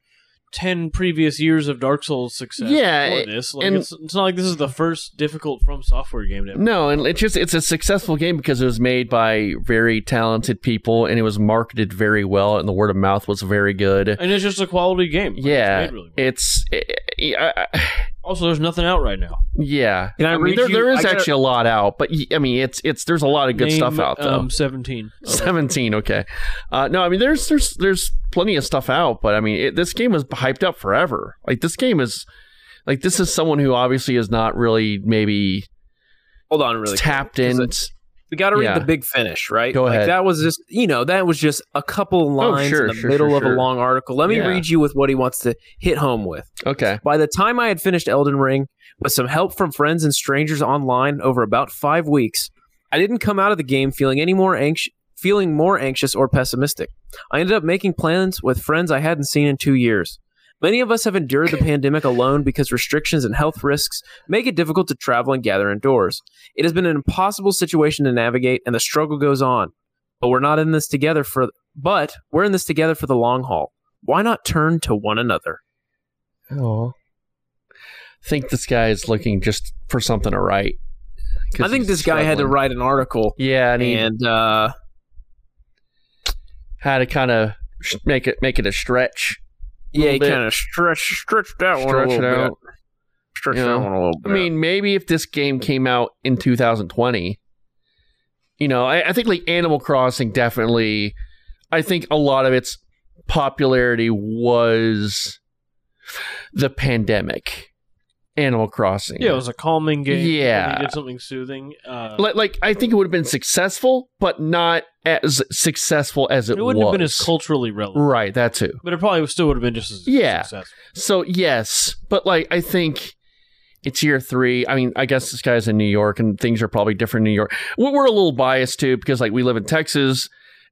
S5: ten previous years of Dark Souls success.
S2: Yeah,
S5: before this like
S2: and-
S5: it's, it's not like this is the first difficult from software game. To
S2: no, and it's just it's a successful game because it was made by very talented people and it was marketed very well and the word of mouth was very good.
S5: And it's just a quality game. Like,
S2: yeah,
S5: it's made really well.
S2: it's. I- I-
S5: Also, there's nothing out right now.
S2: Yeah,
S4: Can I
S2: I mean
S4: read
S2: there,
S4: you-
S2: there is
S4: I gotta-
S2: actually a lot out, but y- I mean it's it's there's a lot of good
S5: Name,
S2: stuff out though.
S5: Um, Seventeen.
S4: Oh.
S2: 17 okay uh no i mean there's there's there's plenty of stuff out but i mean it, this game was hyped up forever like this game is like this is someone who obviously is not really maybe
S4: Hold on, really. quick.
S2: tapped in
S4: We got to read
S2: Yeah.
S4: the big finish, right?
S2: Go ahead.
S4: Like that was just, you know, that was just a couple lines
S2: Oh, sure,
S4: in the
S2: sure,
S4: middle
S2: sure,
S4: of
S2: sure.
S4: a long article. Let me
S2: Yeah.
S4: read you with what he wants to hit home with.
S2: okay
S4: By the time I had finished Elden Ring, with some help from friends and strangers online over about five weeks, I didn't come out of the game feeling any more anxious, feeling more anxious or pessimistic. I ended up making plans with friends I hadn't seen in two years. Many of us have endured the pandemic alone because restrictions and health risks make it difficult to travel and gather indoors. It has been an impossible situation to navigate, and the struggle goes on. But we're not in this together for. But we're in this together for the long haul. Why not turn to one another?
S2: oh i think this guy is looking just for something to write 'Cause
S4: I think
S2: he's
S4: this guy had to
S2: struggling.
S4: write an article
S2: yeah and he
S4: and uh,
S2: had to kind of make it make it a stretch
S4: yeah, he
S2: bit.
S4: kind of stretch stretched that one a
S2: Stretch it
S4: little bit.
S2: out.
S4: Stretched
S2: You know,
S4: that one a little
S2: I
S4: bit.
S2: mean, maybe if this game came out in 2020, you know, I, I think like Animal Crossing definitely, I think a lot of its popularity was the pandemic. Animal Crossing.
S5: Yeah, it was a calming game.
S2: Yeah.
S5: and he did something soothing. Uh,
S2: like, like I think it would have been successful, but not as successful as it,
S5: it wouldn't
S2: was.
S5: have been as culturally relevant,
S2: Right, that too.
S5: but it probably still would have been just as
S2: Yeah.
S5: successful.
S2: So yes, but like I think it's year three. I mean, I guess this guy's in New York, and things are probably different in New York. We're, we're a little biased too because like we live in Texas.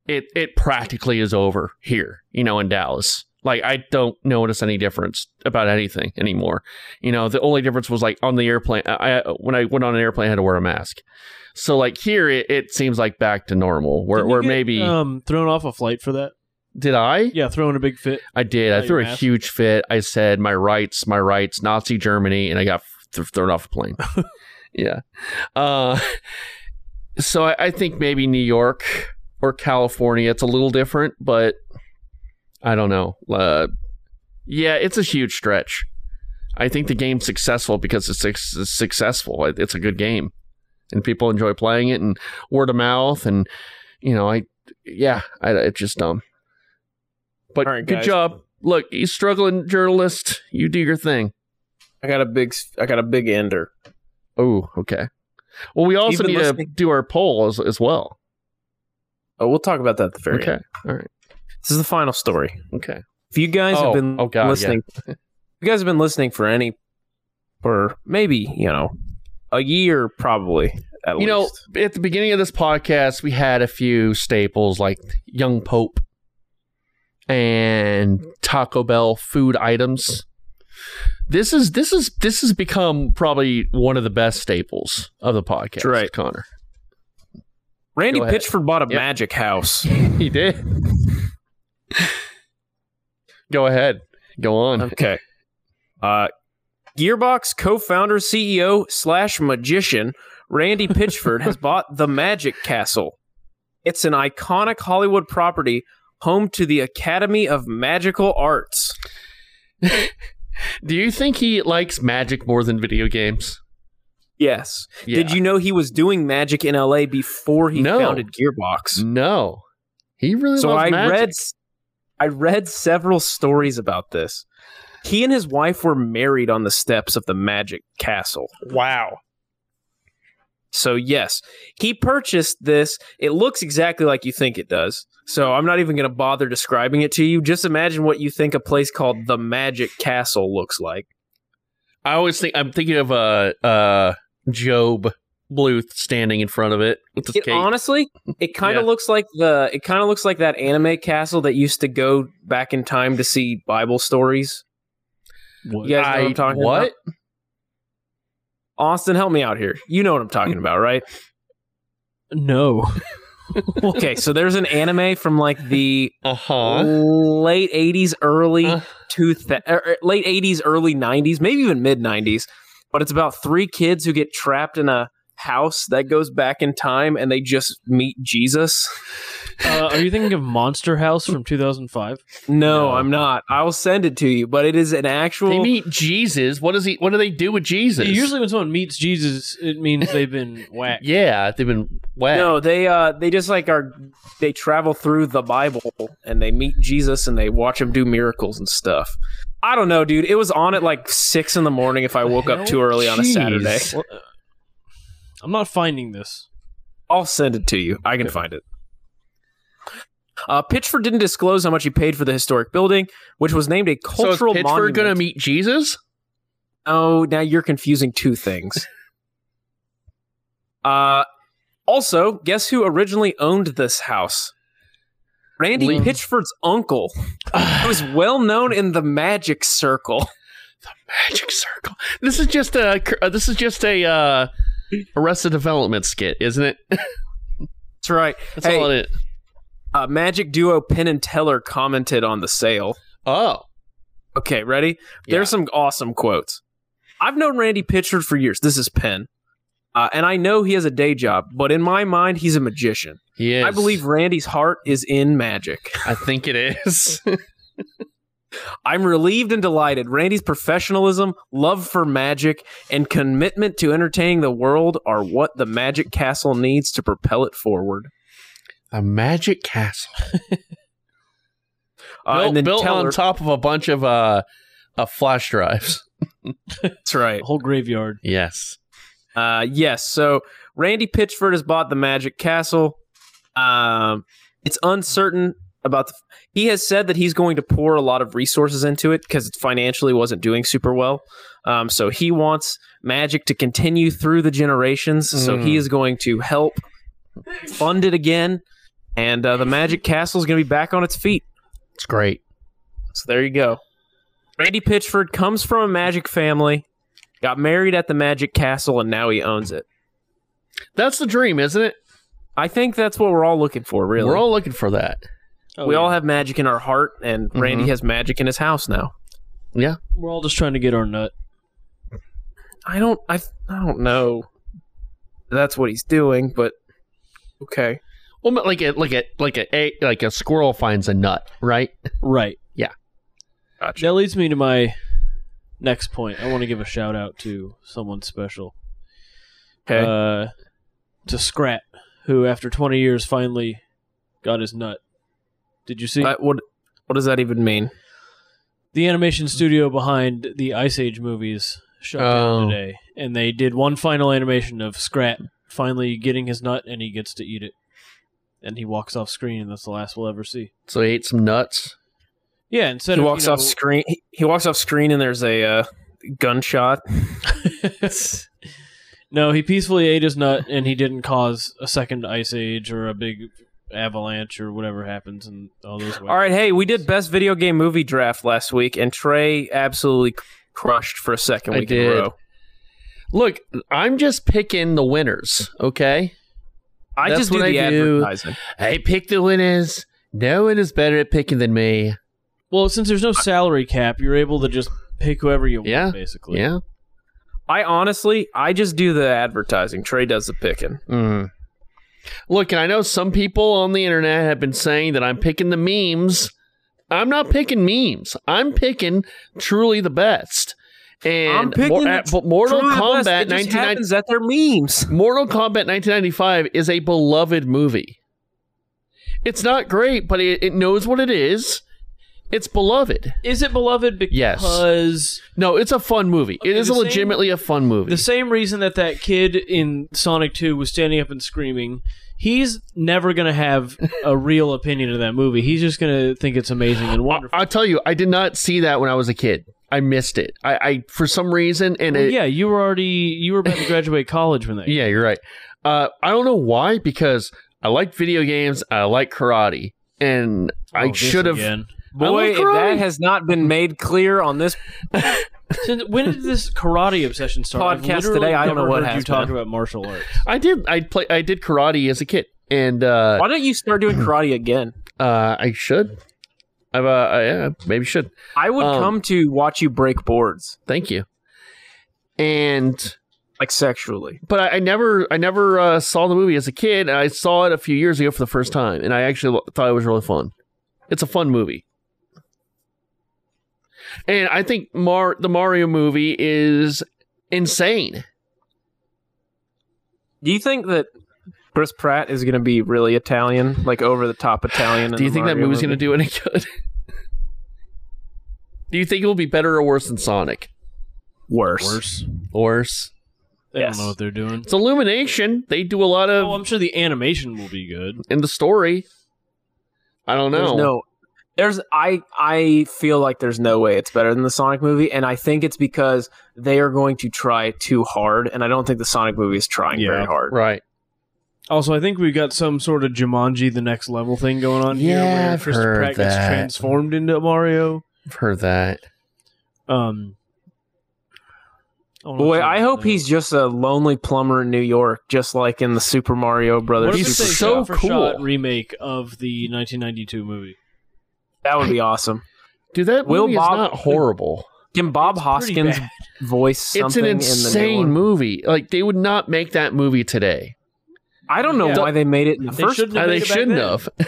S2: It it practically is over here, you know, in Dallas. Like I don't notice any difference about anything anymore. You know, the only difference was like on the airplane. I I- when I went on an airplane, I had to wear a mask. So like here, it, it seems like back to normal. Where
S5: Didn't you
S2: where
S5: get,
S2: maybe
S5: um, thrown off a flight for that.
S2: did I?
S5: Yeah, throwing a big fit.
S2: I did. I
S5: About
S2: threw
S5: your
S2: a
S5: mask?
S2: huge fit. I said, "My rights, my rights, Nazi Germany," and I got th- thrown off a plane. yeah. Uh, so I, I think maybe New York or California. It's a little different, but I don't know. Uh, yeah, it's a huge stretch. I think the game's successful because it's, suc- it's successful. It- It's a good game, and people enjoy playing it, and word of mouth, and you know, I yeah, I, it's just dumb. But
S4: All right,
S2: good
S4: guys.
S2: job. Look, you struggling journalist. You do your thing.
S4: I got a big, I got a big ender.
S2: Oh, okay. Well, we also
S4: been
S2: need
S4: listening?
S2: to do our poll as, as well.
S4: Oh, we'll talk about that at the very
S2: Okay.
S4: end. This is the final story.
S2: Okay.
S4: If you guys
S2: Oh,
S4: have been
S2: oh God,
S4: listening, if you guys have been listening for any, for maybe you know, a year probably at
S2: you know,
S4: least.
S2: at the beginning of this podcast, we had a few staples like Young Pope and Taco Bell food items. This is this is this has become probably one of the best staples of the podcast,
S4: Right.
S2: Connor?
S4: Randy
S2: go ahead.
S4: Pitchford bought a
S2: Yep.
S4: magic house.
S2: He did. Go ahead. Go on.
S4: Okay. Uh, Gearbox co-founder, CEO slash magician Randy Pitchford has bought the Magic Castle. It's an iconic Hollywood property, home to the Academy of Magical Arts.
S2: Do you think he likes magic more than video games?
S4: Yes.
S2: Yeah.
S4: Did you know he was doing magic in LA before he
S2: No.
S4: founded Gearbox?
S2: No. He really
S4: So
S2: loves
S4: I
S2: magic.
S4: read I read several stories about this. He and his wife were married on the steps of the Magic Castle. Wow. So yes, he purchased this. It looks exactly like you think it does. So I'm not even going to bother describing it to you. Just imagine what you think a place called the Magic Castle looks like.
S2: I always think I'm thinking of uh, uh, Job Bluth standing in front of it with his
S4: It
S2: cape.
S4: honestly, it kind of
S2: Yeah.
S4: looks like the it kind of looks like that anime castle that used to go back in time to see Bible stories.
S5: What?
S4: You guys know what
S2: I-
S4: I'm talking
S2: what?
S4: about? Austin, help me out here. You know what I'm talking about, right?
S5: No.
S4: Okay, so there's an anime from like the
S2: Uh huh.
S4: late 80s, early
S2: Uh.
S4: two thou- er, er, late 80s, early 90s, maybe even mid 90s, but it's about three kids who get trapped in a house that goes back in time and they just meet Jesus?
S3: Uh, are you thinking of Monster House from 2005?
S4: No, I'm not. I'll send it to you, but it is an actual.
S2: They meet Jesus. What does he? What do they do with Jesus?
S3: Usually, when someone meets Jesus, it means they've been whacked.
S2: yeah, they've been whacked.
S4: no, they uh they just like are they travel through the Bible and they meet Jesus and they watch him do miracles and stuff. I don't know, dude. It was on at like six in the morning if I woke up too early on a
S2: Jeez.
S4: Saturday.
S3: uh, I'm not finding this.
S4: I'll send it to you. I can find it. Uh, Pitchford didn't disclose how much he paid for the historic building, which was named a
S2: So is
S4: cultural
S2: Pittsburgh
S4: monument.
S2: going to meet Jesus?
S4: oh, now you're confusing two things. uh, also, guess who originally owned this house? Randy
S2: Lee.
S4: Pitchford's uncle, who was well known in the magic circle.
S2: Magic Circle. This is just a. uh, This is just a uh, Arrested Development skit, isn't it?
S4: That's right.
S2: That's
S4: hey,
S2: all it is.
S4: uh, magic duo Penn and Teller commented on the sale.
S2: Oh,
S4: Okay, ready?
S2: Yeah.
S4: There's some awesome quotes. I've known Randy Pitchford for years. This is Penn. Uh, and I know he has a day job, but in my mind, he's a magician.
S2: yes.
S4: I believe Randy's heart is in magic.
S2: I think it is.
S4: I'm relieved and delighted. Randy's professionalism, love for magic, and commitment to entertaining the world are what the Magic Castle needs to propel it forward.
S2: a magic castle
S4: Uh,
S2: built,
S4: and then
S2: built
S4: Teller,
S2: on top of a bunch of uh, uh, flash drives.
S4: that's right.
S3: The whole graveyard.
S2: Yes.
S4: Uh, yes. So Randy Pitchford has bought the Magic Castle. Um, it's uncertain about the. He has said that he's going to pour a lot of resources into it because it financially wasn't doing super well. Um, so he wants Magic to continue through the generations. So
S2: Mm.
S4: he is going to help fund it again, and uh, the Magic Castle is going to be back on its feet.
S2: It's great.
S4: So there you go. Randy Pitchford comes from a Magic family, got married at the Magic Castle, and now he owns it.
S2: That's the dream, isn't it?
S4: I think that's what we're all looking for, really.
S2: We're all looking for that.
S3: Oh,
S4: we
S3: yeah.
S4: all have magic in our heart, and Randy
S2: Mhm.
S4: has magic in his house now.
S2: Yeah.
S3: We're all just trying to get our nut.
S4: I don't, I, I don't know. That's what he's doing, but okay.
S2: Well, but like a like a like a a- like a squirrel finds a nut, right?
S3: Right.
S2: Yeah.
S4: Gotcha.
S3: That leads me to my next point. I want to give a shout out to someone special.
S4: Okay,
S3: Uh, to Scrat, who after 20 years finally got his nut. Did you see?
S4: I- Uh, what, what does that even mean?
S3: the animation studio behind the Ice Age movies shut down
S2: Oh.
S3: today, and they did one final animation of Scrat finally getting his nut, and he gets to eat it, and he walks off screen, and that's the last we'll ever see.
S2: So he ate some nuts.
S3: Yeah, instead
S4: He
S3: of,
S4: walks
S3: you know,
S4: off screen. He, he walks off screen, and there's a uh, gunshot.
S3: no, he peacefully ate his nut, and he didn't cause a second Ice Age or a big avalanche or whatever happens, and all those.
S4: All right, hey, we did best video game movie draft last week, and Trey absolutely crushed for a second
S2: I
S4: week in
S2: did.
S4: a row.
S2: Look, I'm just picking the winners, okay?
S4: I
S2: That's
S4: just do
S2: what
S4: the
S2: I do.
S4: advertising.
S2: I pick the winners. No one is better at picking than me.
S3: Well, since there's no salary cap, you're able to just pick whoever you
S2: Yeah,
S3: want, basically.
S2: Yeah.
S4: I honestly, I just do the advertising. Trey does the picking.
S2: Mm. Look, and I know some people on the internet have been saying that I'm picking the memes. I'm not picking memes. I'm picking truly the best. And
S4: I'm picking
S2: Mor-
S4: the
S2: at- but Mortal
S4: Truly blessed.
S2: Kombat
S4: It just
S2: 1990
S4: happens that they're memes.
S2: Mortal Kombat 1995 is a beloved movie. It's not great, but it, it knows what it is. It's beloved.
S3: Is it beloved
S2: Yes.
S3: because
S2: No, it's a fun movie.
S3: Okay,
S2: it is
S3: the
S2: a
S3: same-
S2: legitimately a fun movie.
S3: The same reason that that kid in Sonic 2 was standing up and screaming, he's never going to have a real opinion of that movie. He's just going to think it's amazing and wonderful.
S2: I'll tell you, I did not see that when I was a kid. I missed it. I, I for some reason, and
S3: Well,
S2: it,
S3: yeah, you were already you were about to graduate college when that.
S2: Yeah, you're right. Uh, I don't know why, because I like video games. I like karate, and
S3: Oh,
S2: I
S3: this
S2: should have.
S3: again.
S4: Boy,
S2: like
S4: if
S2: karate.
S4: that has not been made clear on this.
S3: Since when did this karate obsession start? I've
S4: Podcast
S3: literally
S4: today, I don't
S3: never
S4: know what
S3: heard you
S4: has
S3: talk
S4: been.
S3: about martial arts.
S2: I did. I play. I did karate as a kid, and uh,
S4: Why don't you start doing karate again?
S2: uh, I should. I've, uh, I yeah, maybe should.
S4: I would
S2: Um,
S4: come to watch you break boards.
S2: Thank you. And
S4: like sexually.
S2: but I, I never I never uh, saw the movie as a kid. And I saw it a few years ago for the first time, and I actually lo- thought it was really fun. It's a fun movie, and I think Mar the Mario movie is insane.
S4: Do you think that Chris Pratt is going to be really Italian, like over the top Italian? in
S2: Do you
S4: the
S2: think that
S4: Mario
S2: movie's going to
S4: movie?
S2: do any good? do you think it will be better or worse than Sonic?
S4: worse?
S3: Worse.
S2: Worse.
S3: They
S4: Yes.
S3: don't know what they're doing.
S2: It's Illumination. They do a lot of
S3: Oh, I'm sure the animation will be good.
S2: in the story. I don't know.
S4: There's no. There's I I feel like there's no way it's better than the Sonic movie, and I think it's because they are going to try too hard, and I don't think the Sonic movie is trying very
S3: Yeah.
S4: hard.
S2: Right.
S3: Also, I think we've got some sort of Jumanji the next level thing going on here
S2: Yeah,
S3: where
S2: I've
S3: Christopher
S2: heard
S3: Pratt gets
S2: that.
S3: transformed into Mario.
S2: I've heard that.
S3: Um don't know
S4: Boy,
S3: if
S4: I
S3: you-
S4: hope
S3: Oh, no.
S4: he's just a lonely plumber in New York, just like in the Super Mario
S3: What
S4: Brothers.
S3: if
S2: He's
S3: they
S4: Super
S3: say
S2: so
S3: shot for shot
S2: cool.
S3: remake of the 1992 movie.
S4: That would be awesome.
S2: Dude, that
S4: Will
S2: movie
S4: Bob-
S2: is not horrible.
S4: Can Bob
S3: It's pretty
S4: Hoskins
S3: bad.
S4: voice
S2: It's an
S4: something in the new
S2: insane
S4: one?
S2: movie. Like they would not make that movie today.
S4: I don't know
S3: Yeah.
S4: why they made it in the
S3: They
S4: first.
S3: shouldn't
S4: place.
S3: have
S2: Uh, they
S3: made it back
S2: shouldn't
S3: then.
S2: have.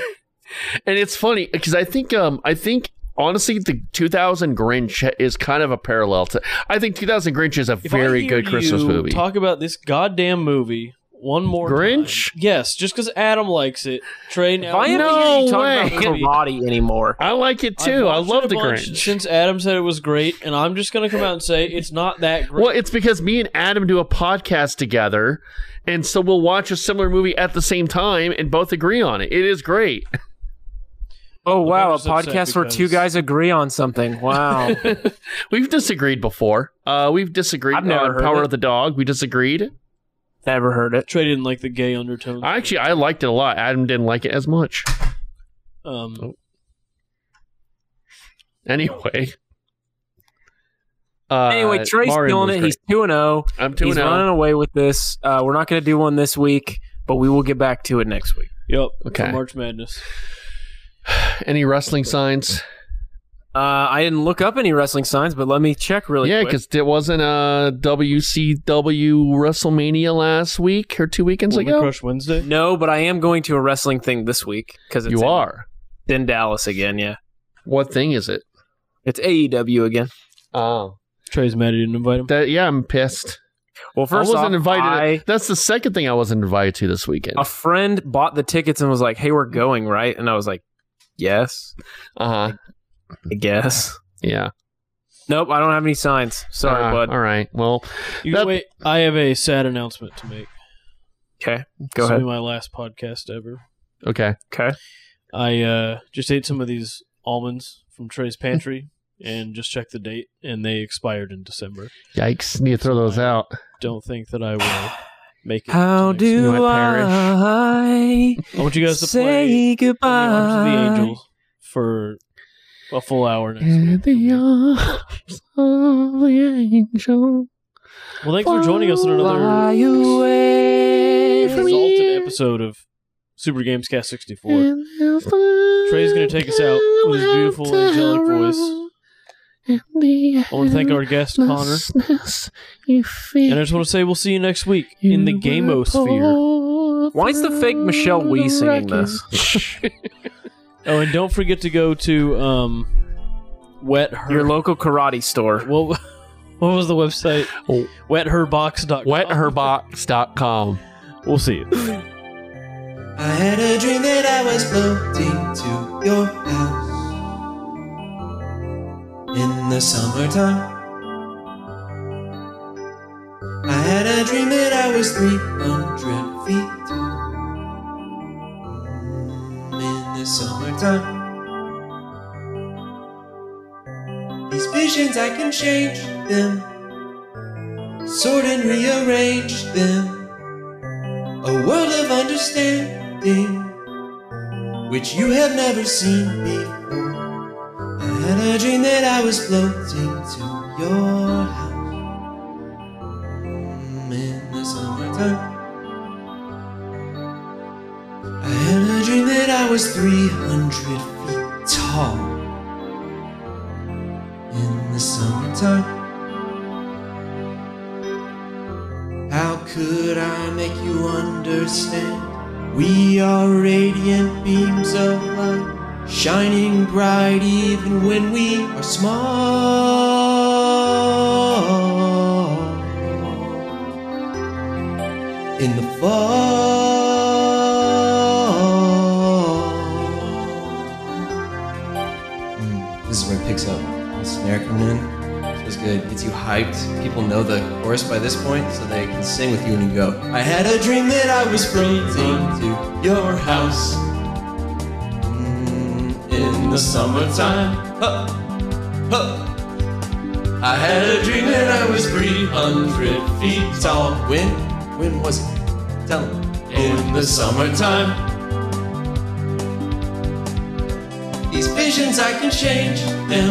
S2: and it's funny because I think um I think honestly the 2000 Grinch is kind of a parallel to. I think 2000 Grinch is a
S3: If I
S2: very
S3: hear
S2: good Christmas
S3: you
S2: movie.
S3: Talk about this goddamn movie one more
S2: Grinch?
S3: time- Yes, just because Adam likes it. Trey now.
S4: Why
S2: No
S4: are you
S3: way.
S4: talking about karate anymore?
S2: I like it
S3: I've
S2: too. I
S3: watched it
S2: love
S3: a
S2: the
S3: bunch
S2: Grinch.
S3: Since Adam said it was great, and I'm just gonna come out and say it's not that great.
S2: well, it's because me and Adam do a podcast together, and so we'll watch a similar movie at the same time and both agree on it. It is great.
S4: Oh wow, a
S3: just upset
S4: podcast where two
S3: because-
S4: guys agree on something. Wow.
S2: We've disagreed before. Uh, we've disagreed
S4: I've never
S2: on
S4: heard
S2: Power
S4: it.
S2: of the Dog. We disagreed.
S4: Never heard it.
S3: Trey didn't like the gay undertones.
S2: I actually I liked it a lot. Adam didn't like it as much.
S3: um,
S2: Oh. Anyway. Uh,
S4: Anyway, Trey's
S2: Mario
S4: killing
S2: was
S4: it.
S2: great.
S4: He's 2 0.
S2: I'm two
S4: He's
S2: and
S3: oh.
S4: running
S2: out.
S4: away with this. Uh, we're not going to do one this week, but we will get back to it next week.
S3: Yep.
S2: Okay.
S3: for March Madness.
S2: Any wrestling signs?
S4: Uh, I didn't look up any wrestling signs, but let me check really
S2: yeah,
S4: quick.
S2: because there wasn't uh, a WCW WrestleMania last week or two weekends
S3: Woman
S2: ago.
S3: Crush Wednesday.
S4: No, but I am going to a wrestling thing this week because
S2: you are.
S4: in, in Dallas again. Yeah,
S2: What thing is it?
S4: it's AEW again.
S2: Oh,
S3: Trey's mad he didn't invite him.
S2: that yeah. I'm pissed.
S4: Well, first
S2: I wasn't
S4: off,
S2: invited.
S4: I- Oh.
S2: That's the second thing I wasn't invited to this weekend.
S4: a friend bought the tickets and was like, "Hey, we're going, right?" And I was like, "Yes,
S2: Uh huh.
S4: I guess."
S2: Yeah.
S4: Nope, I don't have any signs. Sorry,
S3: Ah,
S2: Uh,
S4: bud.
S2: All right. Well,
S3: You
S2: that-
S3: wait. I have a sad announcement to make.
S4: Okay, go
S3: this
S4: ahead.
S3: Will be my last podcast ever.
S2: okay.
S4: Okay,
S3: I uh, just ate some of these almonds from Trey's pantry and just checked the date, and they expired in December.
S2: Yikes! Need to throw those out.
S3: Don't think that I will make it. to
S4: How
S3: next
S4: do
S2: You might perish.
S4: I
S3: week. I want you guys to play In
S4: say
S3: the Arms of the
S4: goodbye?
S3: Angels for a full hour next
S2: In
S3: week.
S2: the arms of the angel.
S3: Well, thanks for joining us on another
S4: Fly away from
S3: exalted
S4: me.
S3: episode of Super Games Cast 64.
S2: Trey's
S3: Trey's gonna take us out with his beautiful angelic voice. I want to thank our guest, Connor. And I just want to say we'll see you next week in the Gamosphere.
S4: Why is the fake Michelle Wee singing this?
S3: Oh, and don't forget to go to um, Wet Her.
S4: Your local karate store.
S3: what, what was the website?
S2: Oh.
S3: Wetherbox.com.
S2: Wetherbox.com.
S3: We'll see you.
S6: I had a dream that I was floating to your house in the summertime. I had a dream that I was 300 feet tall Mm, in the summertime. These visions, I can change them, sort and rearrange them a world of understanding which you have never seen before. I had a dream that I was floating to your house Mm, in the summertime. I had a dream that I was 300 feet tall in the summertime. could I make you understand? We are radiant beams of light, shining bright even when we are small. In the fall. Mm, this is where it picks up. The snare coming in was good. Gets you hyped. People know the chorus by this point, so they can sing with you and you go. I had a dream that I was freezing to your house Mm, in the summertime. Huh, huh. I had a dream that I was 300 feet tall. When? When was it? Tell 'em. In the summertime. These visions, I can change them